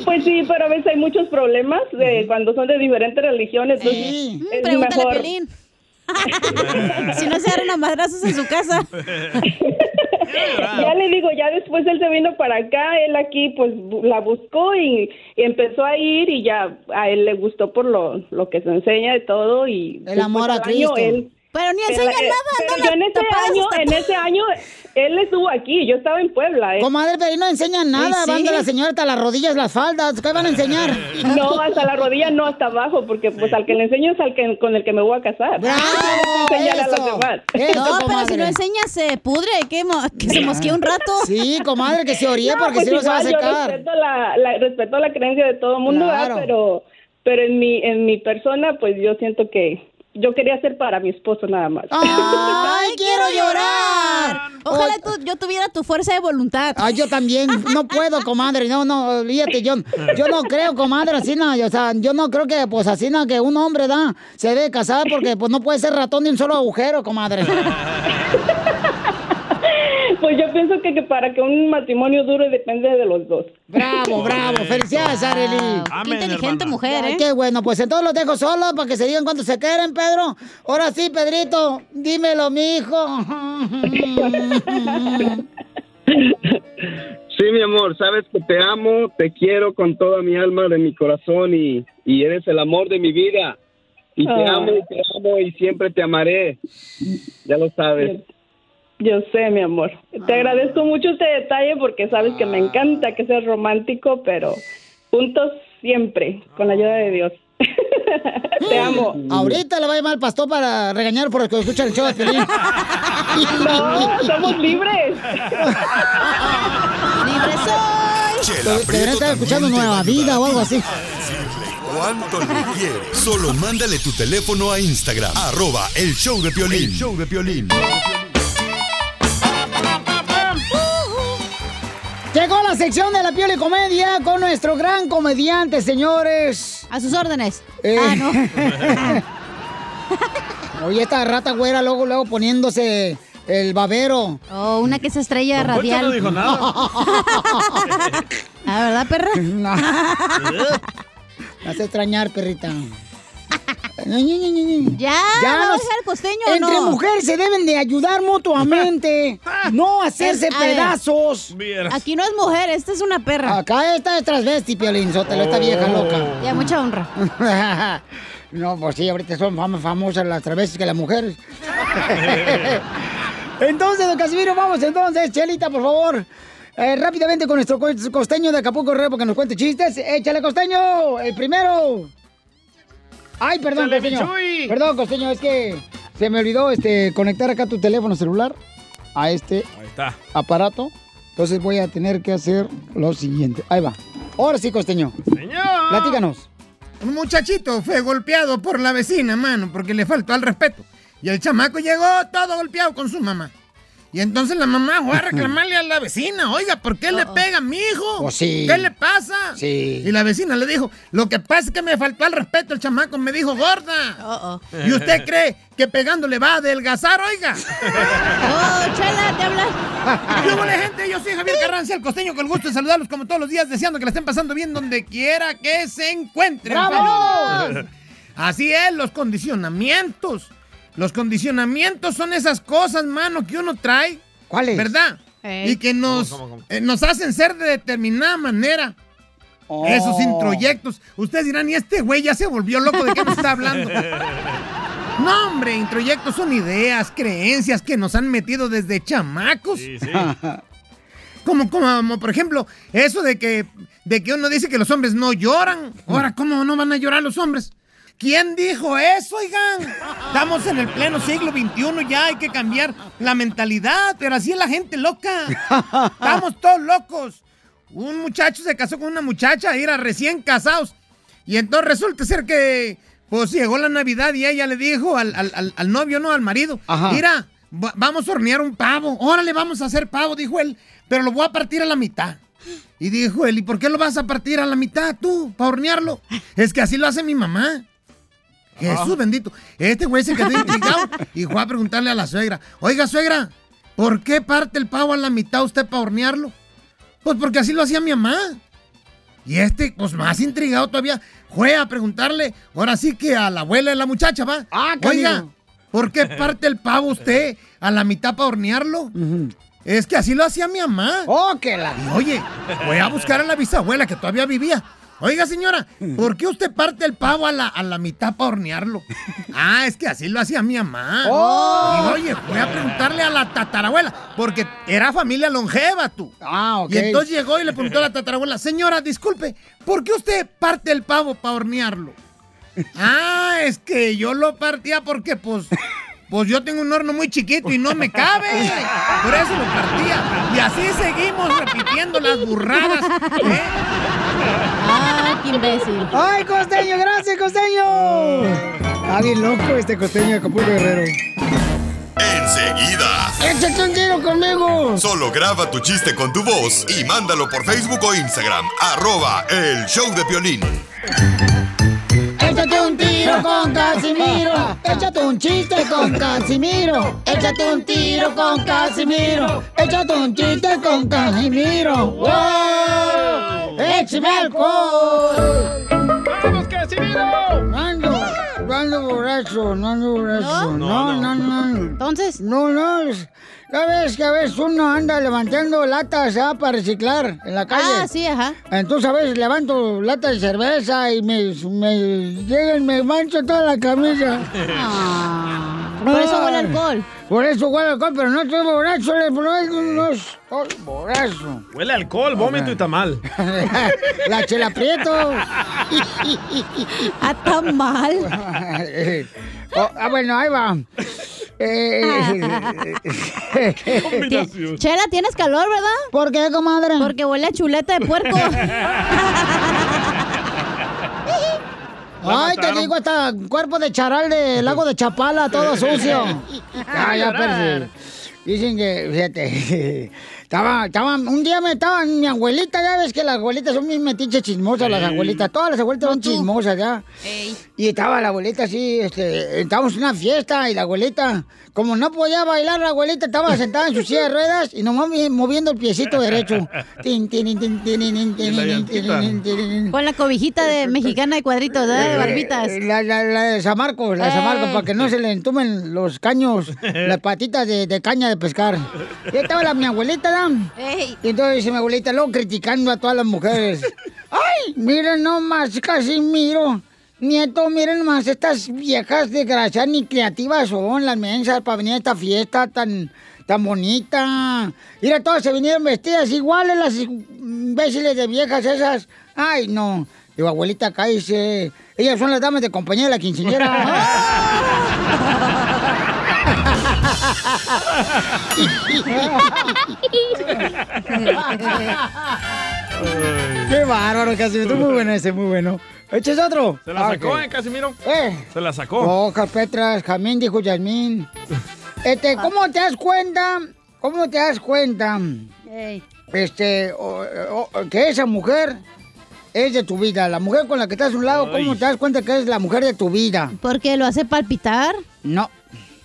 S24: Pues sí, pero a veces hay muchos problemas de cuando son de diferentes religiones. Entonces es
S5: Mm, Pregúntale a
S24: mejor.
S5: Piolín. si no se agarran a madrazos en su casa.
S24: Ya le digo, ya después él se vino para acá, él aquí pues bu- la buscó y, y empezó a ir y ya a él le gustó por lo, lo que se enseña de todo y
S1: El amor a
S24: después del año,
S1: Cristo.
S24: él-
S5: Pero ni
S24: él-
S5: enseña
S24: eh,
S5: nada,
S24: pero
S5: no
S24: yo en ese año, en ese año él estuvo aquí, yo estaba en Puebla. eh.
S1: Comadre, pero ahí no enseñan nada.
S24: Sí, sí.
S1: Van de la señora hasta las rodillas, las faldas. ¿Qué van a enseñar?
S24: No, hasta la rodilla no, hasta abajo, porque pues al que le enseño es al que con el que me voy a casar.
S1: ¡Bravo!
S24: Enseñar a
S1: Eso.
S24: los demás.
S1: Eso,
S5: Ah, no, pero si
S1: comadre.
S5: no enseña se pudre, que, mo- que se mosquee un rato.
S1: Sí, comadre, que se oría
S24: No,
S1: porque
S24: pues
S1: si no se va a
S24: igual, yo
S1: secar.
S24: respeto la, la- respeto la creencia de todo el mundo, ¿verdad?
S1: Claro.
S24: pero pero en mi en mi persona pues yo siento que yo quería ser para mi esposo nada más.
S1: ¡Ay, quiero llorar!
S5: Ojalá tú- yo tuviera tu fuerza de voluntad.
S1: Ay, yo también, no puedo, comadre, no, no, olvídate, yo, yo no creo, comadre, así, no, o sea, yo no creo que, pues, así, no, que un hombre, da, se debe casar porque, pues, no puede ser ratón de un solo agujero, comadre.
S24: Pues yo pienso que, que para que un matrimonio dure depende de los dos.
S1: Bravo, bravo, felicidades, Arely.
S5: Qué inteligente mujer,
S1: Ah, Ay,
S5: ¿eh?
S1: qué bueno, pues entonces los dejo solos para que se digan cuánto se quieren, Pedro. Ahora sí, Pedrito, dímelo, mijo.
S25: Sí, mi amor, sabes que te amo, te quiero con toda mi alma, de mi corazón y, y eres el amor de mi vida. Y te
S24: Ah.
S25: amo, y te amo y siempre te amaré. Ya lo sabes.
S24: Yo sé, mi amor. Te agradezco mucho este detalle porque sabes que me encanta que seas romántico, pero juntos siempre, con la ayuda de Dios. Te amo.
S1: Ahorita le va a llamar al pastor para regañar por el que escucha el show de Piolín.
S24: No, somos libres.
S5: ¡Libre soy!
S3: Chela
S1: Te- Deberían
S3: Prieto
S1: estar escuchando
S3: también te va
S1: Nueva
S3: a
S1: Vida o algo así.
S3: ¿Cuánto le quieres? Solo mándale tu teléfono a Instagram. Arroba el show de Piolín. El show de Piolín.
S1: Llegó la sección de la piel y comedia con nuestro gran comediante, señores.
S5: A sus órdenes.
S1: Ah, no. Oye, esta rata güera luego, luego poniéndose el babero.
S5: Oh, una que se estrella
S1: Don Poncho
S5: radial.
S1: no dijo nada.
S5: ¿Ah, verdad, perra?
S1: No. Me hace extrañar, perrita. Ya,
S5: ¿no va a dejar el costeño o
S1: Entre
S5: no?
S1: mujeres se deben de ayudar mutuamente, no hacerse
S5: Es- a ver.
S1: pedazos.
S5: Aquí no es mujer, esta es una perra.
S1: Acá esta es transvesti, Piolín, Sotelo, esta vieja loca.
S5: Ya, mucha honra.
S1: no, pues sí, ahorita son fam- famosas las travestis que las mujeres. Entonces, don Casimiro, vamos entonces, Chelita, por favor. Eh, rápidamente con nuestro co- costeño de Acapulco Reo porque nos cuente chistes. ¡Échale, costeño! ¡El primero! ¡Ay, perdón,
S2: ¡Échale,
S1: costeño!
S2: Michuy!
S1: Perdón, costeño, es que se me olvidó este, conectar acá tu teléfono celular a este
S2: Ahí está.
S1: aparato. Entonces voy a tener que hacer lo siguiente. Ahí va. Ahora sí, costeño.
S2: Señor.
S1: Platícanos.
S6: Un muchachito fue golpeado por la vecina, mano, porque le faltó al respeto. Y el chamaco llegó todo golpeado con su mamá. Y entonces la mamá fue a reclamarle a la vecina, oiga, ¿por qué le pega a mi hijo?
S1: Pues Ah, sí.
S6: ¿Qué le pasa?
S1: Sí.
S6: Y la vecina le dijo, lo que pasa es que me faltó al respeto el chamaco, me dijo gorda. ¿Y usted cree que pegándole va a adelgazar, oiga? ¡Oh, chela, te hablas! ¡Qué hubo, gente! Yo soy Javier Carrancia, el costeño, con el gusto de saludarlos como todos los días, deseando que la estén pasando bien donde quiera que se encuentren.
S1: ¡Bravo!
S6: ¡Familia! Así es, los condicionamientos. Los condicionamientos son esas cosas, mano, que uno trae.
S1: ¿Cuáles?
S6: ¿Verdad?
S1: Ey.
S6: Y que nos,
S1: ¿Cómo, cómo, cómo?
S6: eh, nos hacen ser de determinada manera. Esos introyectos. Ustedes dirán, y este güey ya se volvió loco, ¿de qué nos está hablando? No, hombre, introyectos son ideas, creencias que nos han metido desde chamacos. Como, como, como, por ejemplo, eso de que, de que uno dice que los hombres no lloran. Ahora, ¿cómo no van a llorar los hombres? ¿Quién dijo eso, oigan? Estamos en el pleno siglo XXI, ya hay que cambiar la mentalidad, pero así es la gente loca. Estamos todos locos. Un muchacho se casó con una muchacha, era recién casados. Y entonces resulta ser que, pues llegó la Navidad y ella le dijo al, al- al- al novio, no, al marido,
S1: Ajá.
S6: mira, va- vamos a hornear un pavo, órale, vamos a hacer pavo, dijo él, pero lo voy a partir a la mitad. Y dijo él, ¿y por qué lo vas a partir a la mitad tú, para hornearlo? Es que así lo hace mi mamá. Jesús bendito. Este güey se quedó intrigado y fue a preguntarle a la suegra, oiga suegra, ¿por qué parte el pavo a la mitad usted para hornearlo? Pues porque así lo hacía mi mamá. Y este, pues más intrigado todavía, fue a preguntarle, ahora sí que a la abuela de la muchacha, va.
S1: canijo.
S6: Oiga, ¿por qué parte el pavo usted a la mitad para hornearlo? Es que así lo hacía mi mamá.
S1: ¡Oh, que la!
S6: oye, voy a buscar a la bisabuela que todavía vivía. Oiga, señora, ¿por qué usted parte el pavo a la, a la mitad para hornearlo? Ah, es que así lo hacía mi mamá.
S1: ¡Oh!
S6: Y oye, voy a preguntarle a la tatarabuela, porque era familia longeva tú.
S1: Ah, ok.
S6: Y entonces llegó y le preguntó a la tatarabuela, señora, disculpe, ¿por qué usted parte el pavo para hornearlo? Ah, es que yo lo partía porque pues, pues yo tengo un horno muy chiquito y no me cabe. Por eso lo partía. Y así seguimos repitiendo las burradas. ¿eh?
S1: ¡Ay, qué imbécil! ¡Ay, costeño! ¡Gracias, costeño! Está bien loco este costeño de Acapulco Guerrero.
S3: Enseguida.
S1: ¡Échate un tiro conmigo!
S3: Solo graba tu chiste con tu voz y mándalo por Facebook o Instagram. Arroba el show de violín.
S1: Échate un tiro con Casimiro. Échate un chiste con Casimiro. Échate un tiro con Casimiro. Échate un chiste con Casimiro. ¡Wow!
S5: ¡Eh,
S1: ¡Échame alcohol! ¡Vamos, Casimiro! No ando, no ando borracho, no ando borracho.
S5: ¿No?
S1: No, no, no. ¿Entonces? No, no. es- Ya ves que a veces uno anda levantando latas ah, para reciclar en la calle.
S5: Ah, sí, ajá.
S1: Entonces a veces levanto lata de cerveza y me, me llegan, me mancho toda la camisa. Ah,
S5: por eso huele a
S1: alcohol. Por eso huele a alcohol, pero no estoy borracho, le- no, no estoy borracho.
S2: Huele a alcohol, vómito y tamal.
S1: La chela prieto. Ah, tan mal. ah, bueno, ahí va. Eh,
S5: Tie- Chela, tienes calor, ¿verdad?
S1: ¿Por qué, comadre?
S5: Porque huele a chuleta de puerco.
S1: Ay, te digo, hasta cuerpo de charal de lago de Chapala, todo sucio. Ya, Ah, ya, perdí. Dicen que, fíjate, estaba, estaba, un día me estaba mi abuelita, ya ves que las abuelitas son mis metiches chismosas, las abuelitas, todas las abuelitas son chismosas, ya. Y estaba la abuelita así, este, estábamos en una fiesta y la abuelita, como no podía bailar, la abuelita estaba sentada en su silla de ruedas y nomás movi- moviendo el piecito derecho. Tin, tin, tin, tin, tin, tin, tin, tin, tin, tin, tin.
S5: Con la cobijita de mexicana de cuadritos, ¿verdad? De barbitas. Eh.
S1: Eh, La, la, la de Samarco, la de Samarco,
S5: Ey.
S1: para que no se le entumen los caños, las patitas de, de caña de pescar. Y estaba la, mi abuelita, ¿no? Y entonces dice mi abuelita, luego criticando a todas las mujeres. ¡Ay! Miren nomás, casi miro. Nieto, miren nomás, estas viejas desgraciadas ni creativas son las mensas para venir a esta fiesta tan, tan bonita. Mira, todas se vinieron vestidas iguales las imbéciles de viejas esas. Ay, no. Digo, abuelita, cállese. Ellas son las damas de compañía de la quinceañera. Qué bárbaro, Casimiro. Muy bueno ese, muy bueno. ¿Eches otro?
S2: Se la
S1: Ah,
S2: sacó,
S1: ok.
S2: ¿eh, Casimiro?
S1: ¿Eh?
S2: Se la sacó.
S1: Hojas, Petras, Jamín, dijo Yasmín. Este, ¿cómo te das cuenta? ¿Cómo te das cuenta? Este, o- o- o- que esa mujer es de tu vida. La mujer con la que estás a un lado, ¿cómo
S5: Ay.
S1: te das cuenta que es la mujer de tu vida?
S5: Porque lo hace palpitar.
S1: No.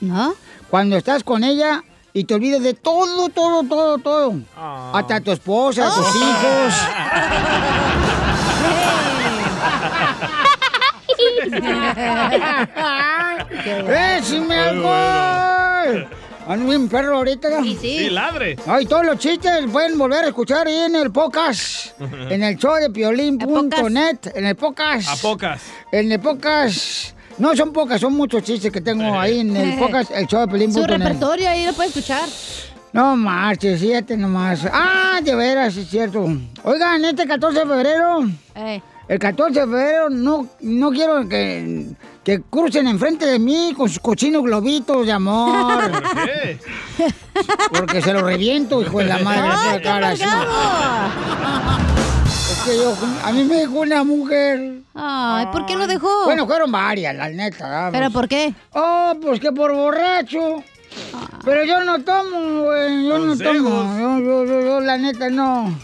S5: ¿No?
S1: Cuando estás con ella y te olvidas de todo, todo, todo, todo. Hasta tu esposa,
S5: Oh.
S1: tus hijos. ¡Eh, si me hago! Ando bien perro ahorita. Sí,
S2: Sí, ladre.
S1: Ay, todos los chistes pueden volver a escuchar ahí en el podcast. En el show de piolín.net. En el podcast.
S2: A pocas.
S1: En el podcast. No son pocas, son muchos chistes que
S2: Eh.
S1: tengo ahí en el podcast, el show de piolín.net.
S5: Su repertorio ahí lo puede escuchar.
S1: No marches, fíjate nomás. Ah, de veras, es cierto. Oigan, este 14 de febrero,
S5: Eh.
S1: el 14 de febrero no, no quiero que, que crucen enfrente de mí con sus cochinos globitos de amor. Porque se los reviento, hijo de la madre.
S5: ¡Ay,
S1: por
S5: qué
S1: cara, así. Es que yo, a mí me dejó una mujer.
S5: Ay, ¿por qué lo dejó?
S1: Bueno, fueron varias, la neta. vamos.
S5: ¿Pero por qué?
S1: Oh, pues que por borracho. Pero yo no tomo, güey. Yo
S5: Consejos.
S1: no tomo. Yo, yo, yo, yo, la neta, no.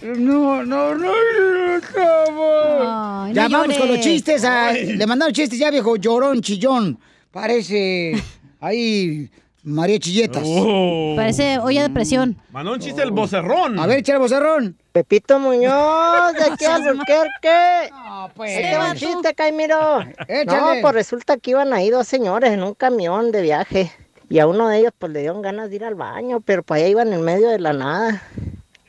S1: No, no, no, no tomo.
S5: Ay, no
S1: ya vamos
S5: llores.
S1: con los chistes. ah, le mandaron chistes ya, viejo. Llorón, chillón. Parece. Ahí. María Chilletas. Oh.
S5: Parece olla de presión.
S2: Oh. Mm. Mandó un chiste el vocerrón.
S1: A ver, echa el vocerrón.
S26: Pepito Muñoz, de aquí a Alburquerque.
S1: pues,
S26: Este va un
S1: tú.
S26: chiste, Caimiro. No,
S1: Échale.
S26: pues resulta que iban ahí dos señores en un camión de viaje. Y a uno de ellos, pues le dieron ganas de ir al baño, pero pues allá iban en medio de la nada.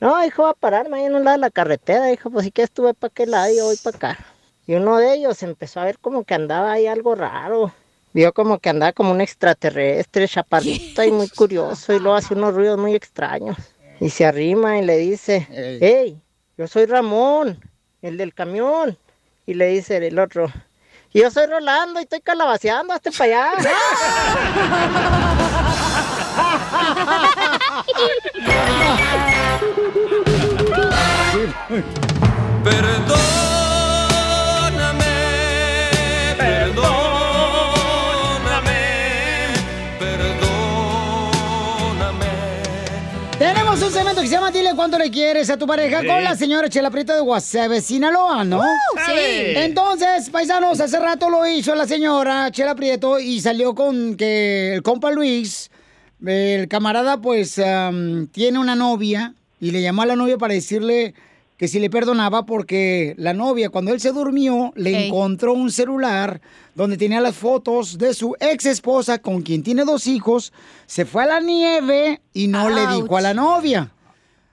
S26: No, hijo, va a pararme ahí en un lado de la carretera. Dijo, pues sí que estuve para aquel lado y yo voy para acá. Y uno de ellos empezó a ver como que andaba ahí algo raro. Vio como que andaba como un extraterrestre, chaparrito y muy curioso, y luego hace unos ruidos muy extraños. Y se arrima y le dice, "Eh,
S27: Ey.
S26: hey, yo soy Ramón, el del camión. Y le dice el otro, "Y yo soy Rolando y estoy calabaceando, hasta para allá.
S1: Tenemos un segmento que se llama Dile cuánto le quieres a tu pareja
S27: Sí.
S1: con la señora Chela Prieto de Guasave, Sinaloa, ¿no?
S27: sí.
S1: Entonces, paisanos, hace rato lo hizo la señora Chela Prieto y salió con que el compa Luis, el camarada, pues am, tiene una novia y le llamó a la novia para decirle que si le perdonaba porque la novia cuando él se durmió le
S27: Ey.
S1: encontró un celular donde tenía las fotos de su ex esposa con quien tiene dos hijos, se fue a la nieve y no Ah, le dijo a la novia.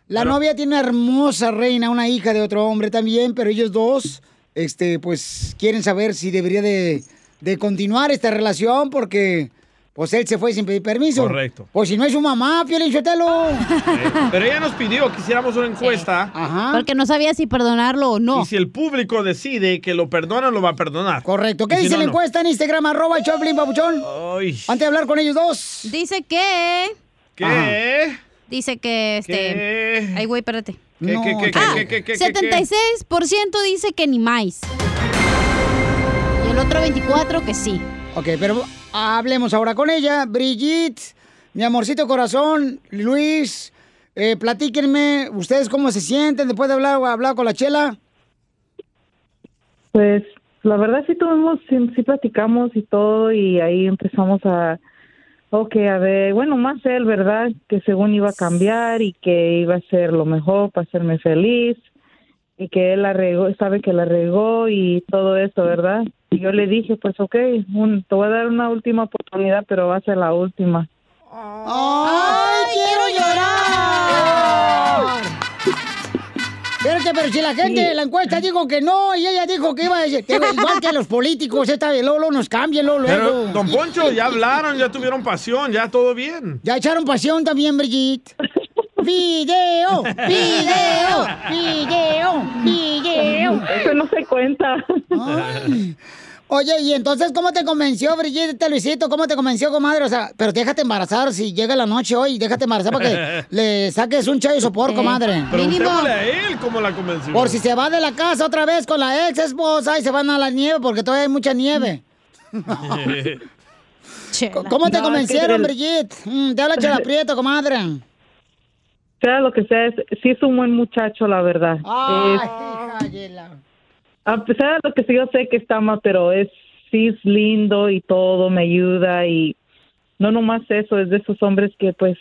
S1: La novia tiene una hermosa reina, una hija de otro hombre también, pero ellos dos, este, pues quieren saber si debería de, de continuar esta relación porque, pues él se fue sin pedir permiso.
S2: Correcto.
S1: Pues si no es su mamá, Piolín Sotelo.
S2: Pero ella nos pidió que hiciéramos una encuesta.
S1: Ah.
S5: Porque no sabía si perdonarlo o no.
S2: Y si el público decide que lo perdona, lo va a perdonar.
S1: Correcto. ¿Qué
S2: Y si
S1: dice
S2: no,
S1: la
S2: no.
S1: encuesta en Instagram, arroba el Choplin Papuchón?
S2: Ay.
S1: Antes de hablar con ellos dos.
S5: Dice que...
S2: ¿Qué?
S5: Dice que este... Ay, güey, espérate.
S2: ¿Qué, qué, qué, qué,
S5: Ah,
S2: qué, qué, qué, qué,
S5: 76% dice que ni más. Y el otro 24% que sí.
S1: Ok, pero hablemos ahora con ella. Brigitte, mi amorcito corazón, Luis, eh, platíquenme ustedes cómo se sienten después de hablar, hablar con la chela.
S11: Pues la verdad sí tuvimos, sí, sí platicamos y todo y ahí empezamos a, ok, a ver, bueno, más él, ¿verdad? Que según iba a cambiar y que iba a ser lo mejor para hacerme feliz y que él arregló, sabe que la regó y todo eso, ¿verdad? Y yo le dije, pues ok, un- te voy a dar una última oportunidad, pero va a ser la última.
S1: ¡Ay, quiero llorar! Pero Espérate, pero si la gente de la encuesta dijo que no y ella dijo que iba a decir que igual que a los políticos, esta de Lolo nos cambia, Lolo.
S2: Pero, don Poncho, ya hablaron, ya tuvieron pasión, ya todo bien.
S1: Ya echaron pasión también, Brigitte. Video, video, video, video.
S11: Eso no se cuenta.
S1: Oye, y entonces, ¿cómo te convenció, Brigitte, este Luisito? ¿Cómo te convenció, comadre? O sea, pero déjate embarazar si llega la noche hoy, déjate embarazar para que le saques un chayo sopor, comadre.
S2: Preguntémosle a él cómo la convenció.
S1: Por si se va de la casa otra vez con la ex esposa y se van a la nieve, porque todavía hay mucha nieve. ¿Cómo te
S11: No,
S1: convencieron,
S11: es que-
S1: Brigitte? Mm, te habla Chela Prieto, comadre.
S11: Sea lo que sea, es- sí es un buen muchacho, la verdad.
S1: Ay,
S11: Es-
S1: hija de la-
S11: a pesar de lo que sí, yo sé que está mal, pero es sí es lindo y todo, me ayuda y no nomás eso, es de esos hombres que pues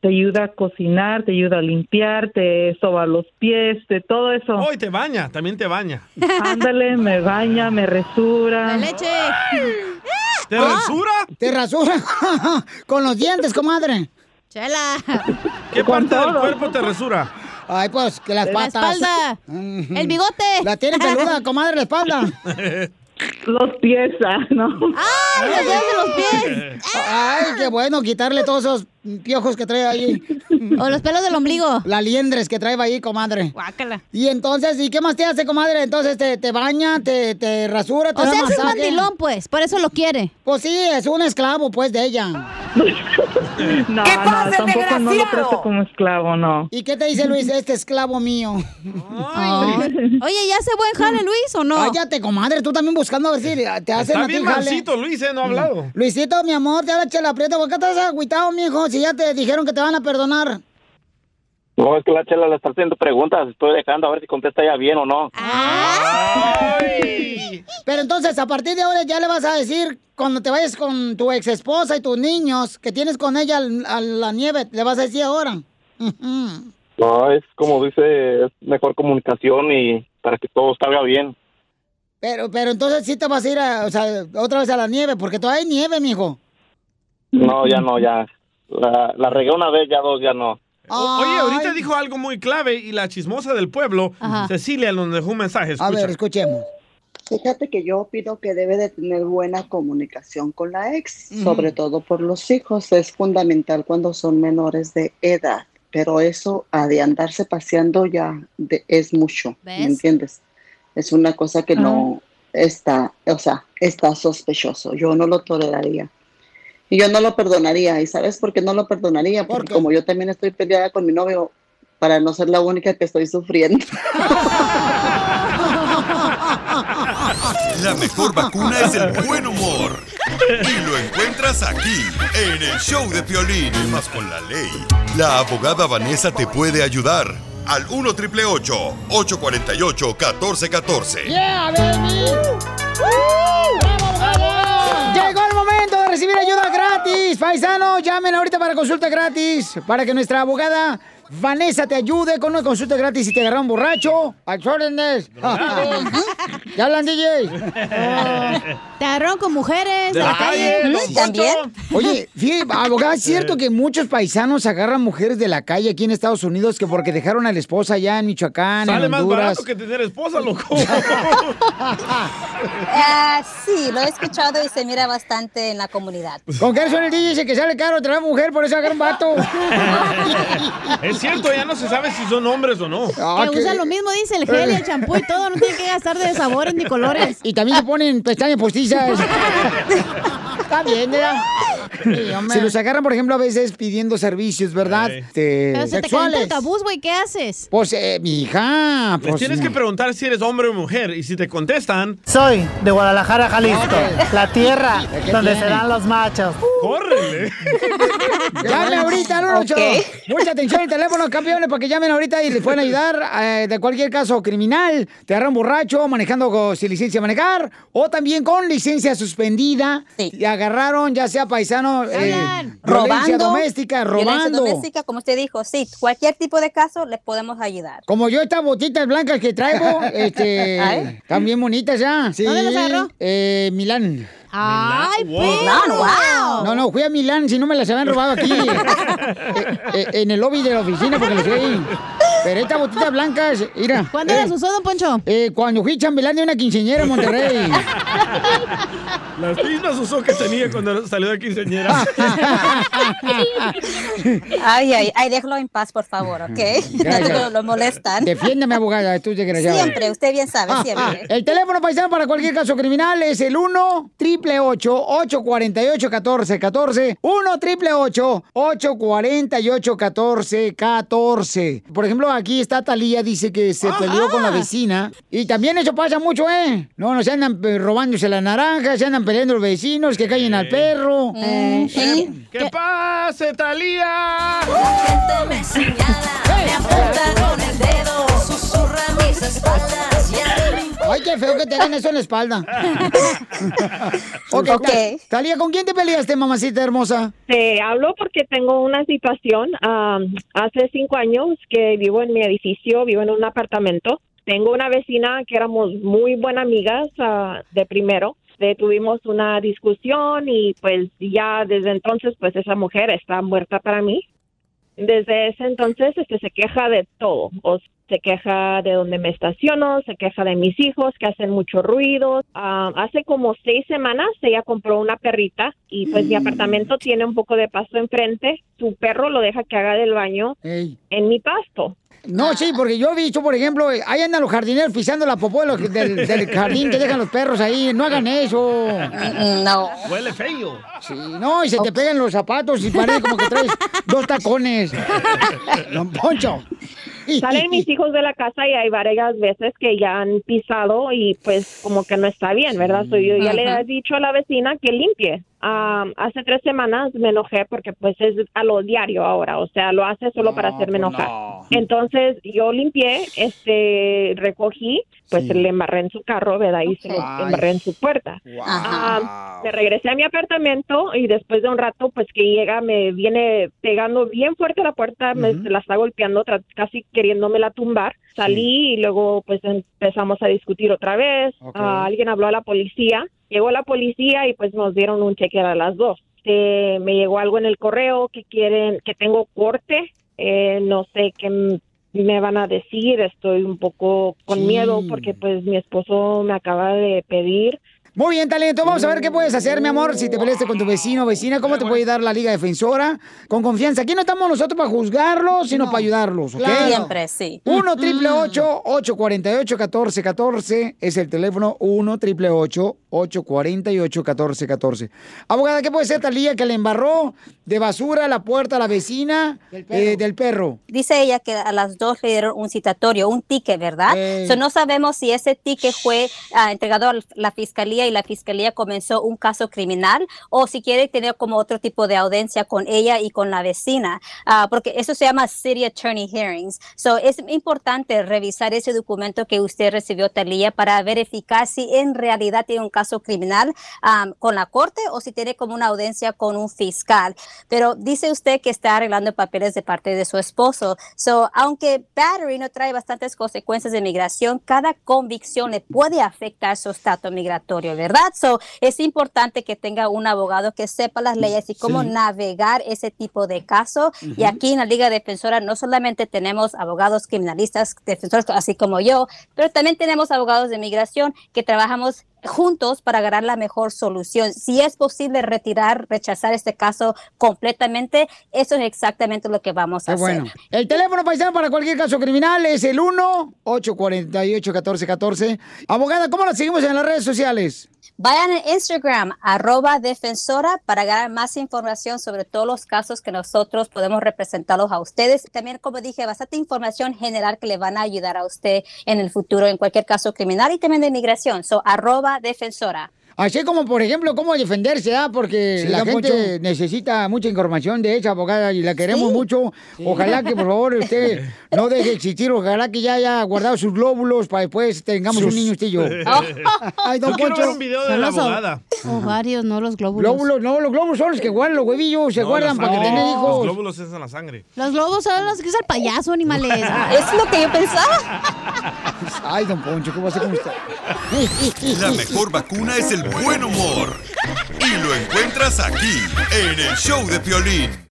S11: te ayuda a cocinar, te ayuda a limpiar, te soba los pies, de todo eso.
S2: Hoy Oh, te baña, Ah, también te baña.
S11: Ándale, me baña, me resura.
S2: ¿Te
S1: Ah,
S2: rasura?
S1: ¿Te rasura? Con los dientes, comadre.
S5: Chela.
S2: ¿Qué parte del cuerpo te resura?
S1: Ay, pues, que las
S5: La
S1: patas.
S5: espalda.
S1: Ujú.
S5: El bigote.
S1: La tiene peluda, comadre, la espalda.
S11: Los pies, ah, ¿no?
S1: ¡Ay,
S5: los dedos de los
S1: pies! ¡Ay, qué bueno quitarle todos esos piojos que trae ahí!
S5: O los pelos del ombligo.
S1: Las liendres que trae ahí, comadre.
S5: Guácala.
S1: Y entonces, ¿y qué más te hace, comadre? Entonces, ¿te, te baña, te, te rasura, te
S5: O
S1: da
S5: sea, es un
S1: masaje?
S5: mandilón, pues. Por eso lo quiere.
S1: Pues sí, es un esclavo, pues, de ella.
S11: No,
S1: ¿Qué
S11: no,
S1: pasa, el
S11: tampoco no lo
S1: desgraciado?
S11: trato como esclavo, no.
S1: ¿Y qué te dice Luis? Este esclavo mío.
S5: Oye, ¿ya hace buen jale, Luis, o no?
S1: Cállate, comadre, tú también buscando a ver si te hacen
S2: Está
S1: a ti
S2: bien
S1: jale.
S2: mansito, Luis, ¿eh? No ha hablado.
S1: Luisito, mi amor, te habla Chela Prieto. ¿Por qué estás agüitado, mijo? Si ya te dijeron que te van a perdonar.
S23: No, es que la chela le está haciendo preguntas. Estoy dejando a ver si contesta ya bien o no.
S1: Pero entonces, a partir de ahora ya le vas a decir, cuando te vayas con tu ex esposa y tus niños que tienes con ella al- a la nieve, le vas a decir ahora. Ujú.
S23: No, es como dice, es mejor comunicación y para que todo salga bien.
S1: Pero, pero entonces sí te vas a ir a, o sea, otra vez a la nieve, porque todavía hay nieve, mijo.
S23: No, ya no, ya. La, la regué una vez, ya dos, ya no.
S2: O- Oye, ahorita dijo algo muy clave y la chismosa del pueblo,
S27: Ajá.
S2: Cecilia, nos dejó un mensaje. Escucha.
S1: escuchemos.
S27: Fíjate que yo opino que debe de tener buena comunicación con la ex,
S16: Ujú.
S27: sobre todo por los hijos. Es fundamental cuando son menores de edad, pero eso a de andarse paseando ya de- es mucho, ¿me
S16: ¿Ves?
S27: entiendes? Es una cosa que no está, o sea, está sospechoso. Yo no lo toleraría. Y yo no lo perdonaría. ¿Y sabes por qué no lo perdonaría? Porque como yo también estoy peleada con mi novio, para no ser la única que estoy sufriendo.
S3: La mejor vacuna es el buen humor. Y lo encuentras aquí, en el show de Piolín. Y Más con la ley. La abogada Vanessa te puede ayudar. Al 1 triple 848 1414.
S1: ¡Yeah, baby! ¡Bravo, abogado! Llegó el momento de recibir ayuda gratis. Paisano, llamen ahorita para consulta gratis. Para que nuestra abogada Vanessa te ayude con una consulta gratis si te agarra un borracho. ¡A tus órdenes! ¡Ya hablan, DJ!
S5: Te agarraron con mujeres.
S1: de la calle, don Poncho. Oye, fíjate, abogada, ¿es cierto que muchos paisanos agarran mujeres de la calle aquí en Estados Unidos que porque dejaron a la esposa allá en Michoacán,
S2: Sale
S1: en
S2: más
S1: Honduras?
S2: barato que tener esposa, loco.
S17: Ah, sí, lo he escuchado y se mira bastante en la comunidad.
S1: Con que son el DJ dice que sale caro traer mujer, por eso agarran vato.
S2: es cierto, ya no se sabe si son hombres o no.
S5: Ah,
S1: Ah,
S5: que usa lo mismo, dice el gel, y
S1: Eh.
S5: el champú y todo. No tiene que gastar de sabores ni colores.
S1: Y también se ponen pestañas postizas. Está bien, ¿verdad? Se los agarran, por ejemplo, a veces pidiendo servicios, ¿verdad? Este,
S5: Pero se te calienta el
S1: sexuales.
S5: cabuz, güey. ¿Qué haces?
S1: Pues, eh, mi
S5: Ah,
S1: hija,
S2: Les
S1: pues...
S2: tienes que preguntar si eres hombre o mujer y si te contestan,
S28: Soy de Guadalajara, Jalisco, la tierra
S2: ¿De qué
S28: donde
S2: tiene?
S28: se dan los machos.
S2: córrele.
S1: Llame ahorita al 8. Mucha atención al teléfono, campeones, para que llamen ahorita y les pueden ayudar eh, de cualquier caso criminal. Te agarran borracho, manejando co- sin licencia de manejar, o también con licencia suspendida. Y agarraron, ya sea paisano, eh, violencia
S17: Robando.
S1: doméstica,
S17: violencia
S1: robando.
S17: doméstica, como usted dijo, sí, cualquier tipo de caso les podemos ayudar.
S1: Como yo estas botitas blancas que traigo, este,
S17: Ay.
S1: también bonitas ya.
S17: ¿Dónde las agarró?
S1: Eh, Milán.
S5: ¡Ay,
S17: Wow. perro! Milán, wow.
S1: No, no, fui a eh, Milán, si no me las habían robado aquí. eh, eh, en el lobby de la oficina, porque las vi ahí. Pero esta botita blanca, es- mira. eh,
S5: ¿Cuándo las usó, don Poncho?
S1: cuando fui chambelán de una quinceñera en Monterrey.
S2: Las mismas usó que tenía cuando salió de quinceañera.
S17: Ay, ay, ay, déjalo en paz, por favor, ¿ok?
S1: Mm,
S17: No te lo, lo molestan.
S1: Defiéndeme, abogada, tú desgraciada.
S17: Siempre, usted bien sabe, siempre.
S1: El teléfono paisano para cualquier caso criminal es el 1 triple 848 1414 1 triple 848 1414 Por ejemplo, aquí está Talía, dice que se peleó con la vecina. Y también eso pasa mucho, ¿eh? No, no se andan eh, robándose las naranjas, se andan peleando los vecinos, que callen al perro.
S2: ¡Que pase, Talía!
S1: Ay, qué feo que te hagan eso en la espalda. ok.
S22: Ok.
S1: Ta- Talía, ¿con quién te peleaste, mamacita hermosa?
S22: Te hablo porque tengo una situación. am, hace cinco años que vivo en mi edificio, vivo en un apartamento. Tengo una vecina que éramos muy buenas amigas ah, de primero. Eh, tuvimos una discusión y pues ya desde entonces pues esa mujer está muerta para mí. Desde ese entonces este, se queja de todo. O se queja de donde me estaciono, se queja de mis hijos que hacen mucho ruido. Ah, hace como seis semanas ella compró una perrita y pues mi
S7: Mm.
S22: apartamento tiene un poco de pasto enfrente. Su perro lo deja que haga del baño en mi pasto.
S17: Ah.
S1: No, sí, porque yo he visto, por ejemplo, eh, ahí andan los jardineros pisando la popó de los- del, del jardín que dejan los perros ahí. No hagan eso.
S17: Mm, No.
S2: Huele feo.
S1: Sí, no, y se te pegan los zapatos y parece como que traes dos tacones. Don Poncho.
S22: Salen mis hijos de la casa y hay varias veces que ya han pisado y pues como que no está bien, ¿verdad? So, yo ya le
S7: Ajá.
S22: he dicho a la vecina que limpie. Ah, hace tres semanas me enojé porque pues es a lo diario ahora, o sea, lo hace solo para hacerme
S7: pues
S22: enojar. Entonces yo limpié, este, recogí, pues
S7: Sí.
S22: le embarré en su carro, ¿verdad? Y se lo
S7: Ay.
S22: embarré en su puerta. Ah, me regresé a mi apartamento y después de un rato, pues que llega, me viene pegando bien fuerte la puerta, me la está golpeando, tra- casi queriéndomela tumbar. Salí y luego pues empezamos a discutir otra vez. Ah, alguien habló a la policía, llegó la policía y pues nos dieron un cheque a las dos. Este, me llegó algo en el correo que quieren, que tengo corte, eh, no sé qué m- me van a decir, estoy un poco con miedo porque pues mi esposo me acaba de pedir
S1: Muy bien, Talía, entonces vamos a ver qué puedes hacer, mi amor, si te peleaste con tu vecino o vecina, cómo te puede dar la Liga Defensora con confianza. Aquí no estamos nosotros para juzgarlos, sino para ayudarlos, ¿ok?
S17: Claro. Siempre, sí.
S1: 1 triple 848 1414 es el teléfono 1 triple 848 1414. Abogada, ¿qué puede ser Talía que le embarró de basura la puerta a la vecina eh, del perro?
S17: Dice ella que a las dos le dieron un citatorio, un ticket, ¿verdad? So, no sabemos si ese ticket fue ah, entregado a la fiscalía y la fiscalía comenzó un caso criminal o si quiere tener como otro tipo de audiencia con ella y con la vecina, Ah, porque eso se llama City Attorney Hearings. So, es importante revisar ese documento que usted recibió, Talía, para verificar si en realidad tiene un caso criminal ah, con la corte o si tiene como una audiencia con un fiscal. Pero dice usted que está arreglando papeles de parte de su esposo. So, aunque battery no trae bastantes consecuencias de migración, cada convicción le puede afectar su estatus migratorio, ¿verdad? So, es importante que tenga un abogado que sepa las leyes y cómo
S7: Sí.
S17: navegar ese tipo de caso. Y
S7: Ujú.
S17: aquí en la Liga Defensora no solamente tenemos abogados criminalistas, defensores así como yo, pero también tenemos abogados de migración que trabajamos juntos para ganar la mejor solución. Si es posible retirar, rechazar este caso completamente, eso es exactamente lo que vamos a
S1: Qué bueno.
S17: hacer.
S1: El teléfono paisano para cualquier caso criminal es el 1 848 1414. Abogada, ¿cómo la seguimos en las redes sociales?
S17: Vayan a Instagram, arroba defensora, para ganar más información sobre todos los casos que nosotros podemos representarlos a ustedes. También, como dije, bastante información general que le van a ayudar a usted en el futuro en cualquier caso criminal y también de inmigración. So, arroba defensora.
S1: Así como, por ejemplo, cómo defenderse, ¿ah? porque
S17: Sí,
S1: la
S17: don
S1: gente
S17: Poncho.
S1: necesita mucha información de esa abogada y la queremos mucho. Ojalá que, por favor, usted no deje de existir. Ojalá que ya haya guardado sus glóbulos para después tengamos
S5: Sus-
S1: un niño usted y yo. Ay, don
S5: Yo quiero
S1: Poncho.
S5: ver un video de Son la los o- abogada.
S1: Ovarios, no los glóbulos. Glóbulos, no, los glóbulos son los que guardan los huevillos, se
S2: No,
S1: guardan
S2: la
S1: para que
S2: sangre.
S1: tener
S2: Los
S1: hijos.
S2: glóbulos es en la sangre.
S5: Los globos son los que usa el payaso, animales.
S17: es lo que yo pensaba.
S1: Ay, don Poncho, ¿cómo hace con usted?
S3: La mejor vacuna es el buen humor. Y lo encuentras aquí, en el show de Piolín.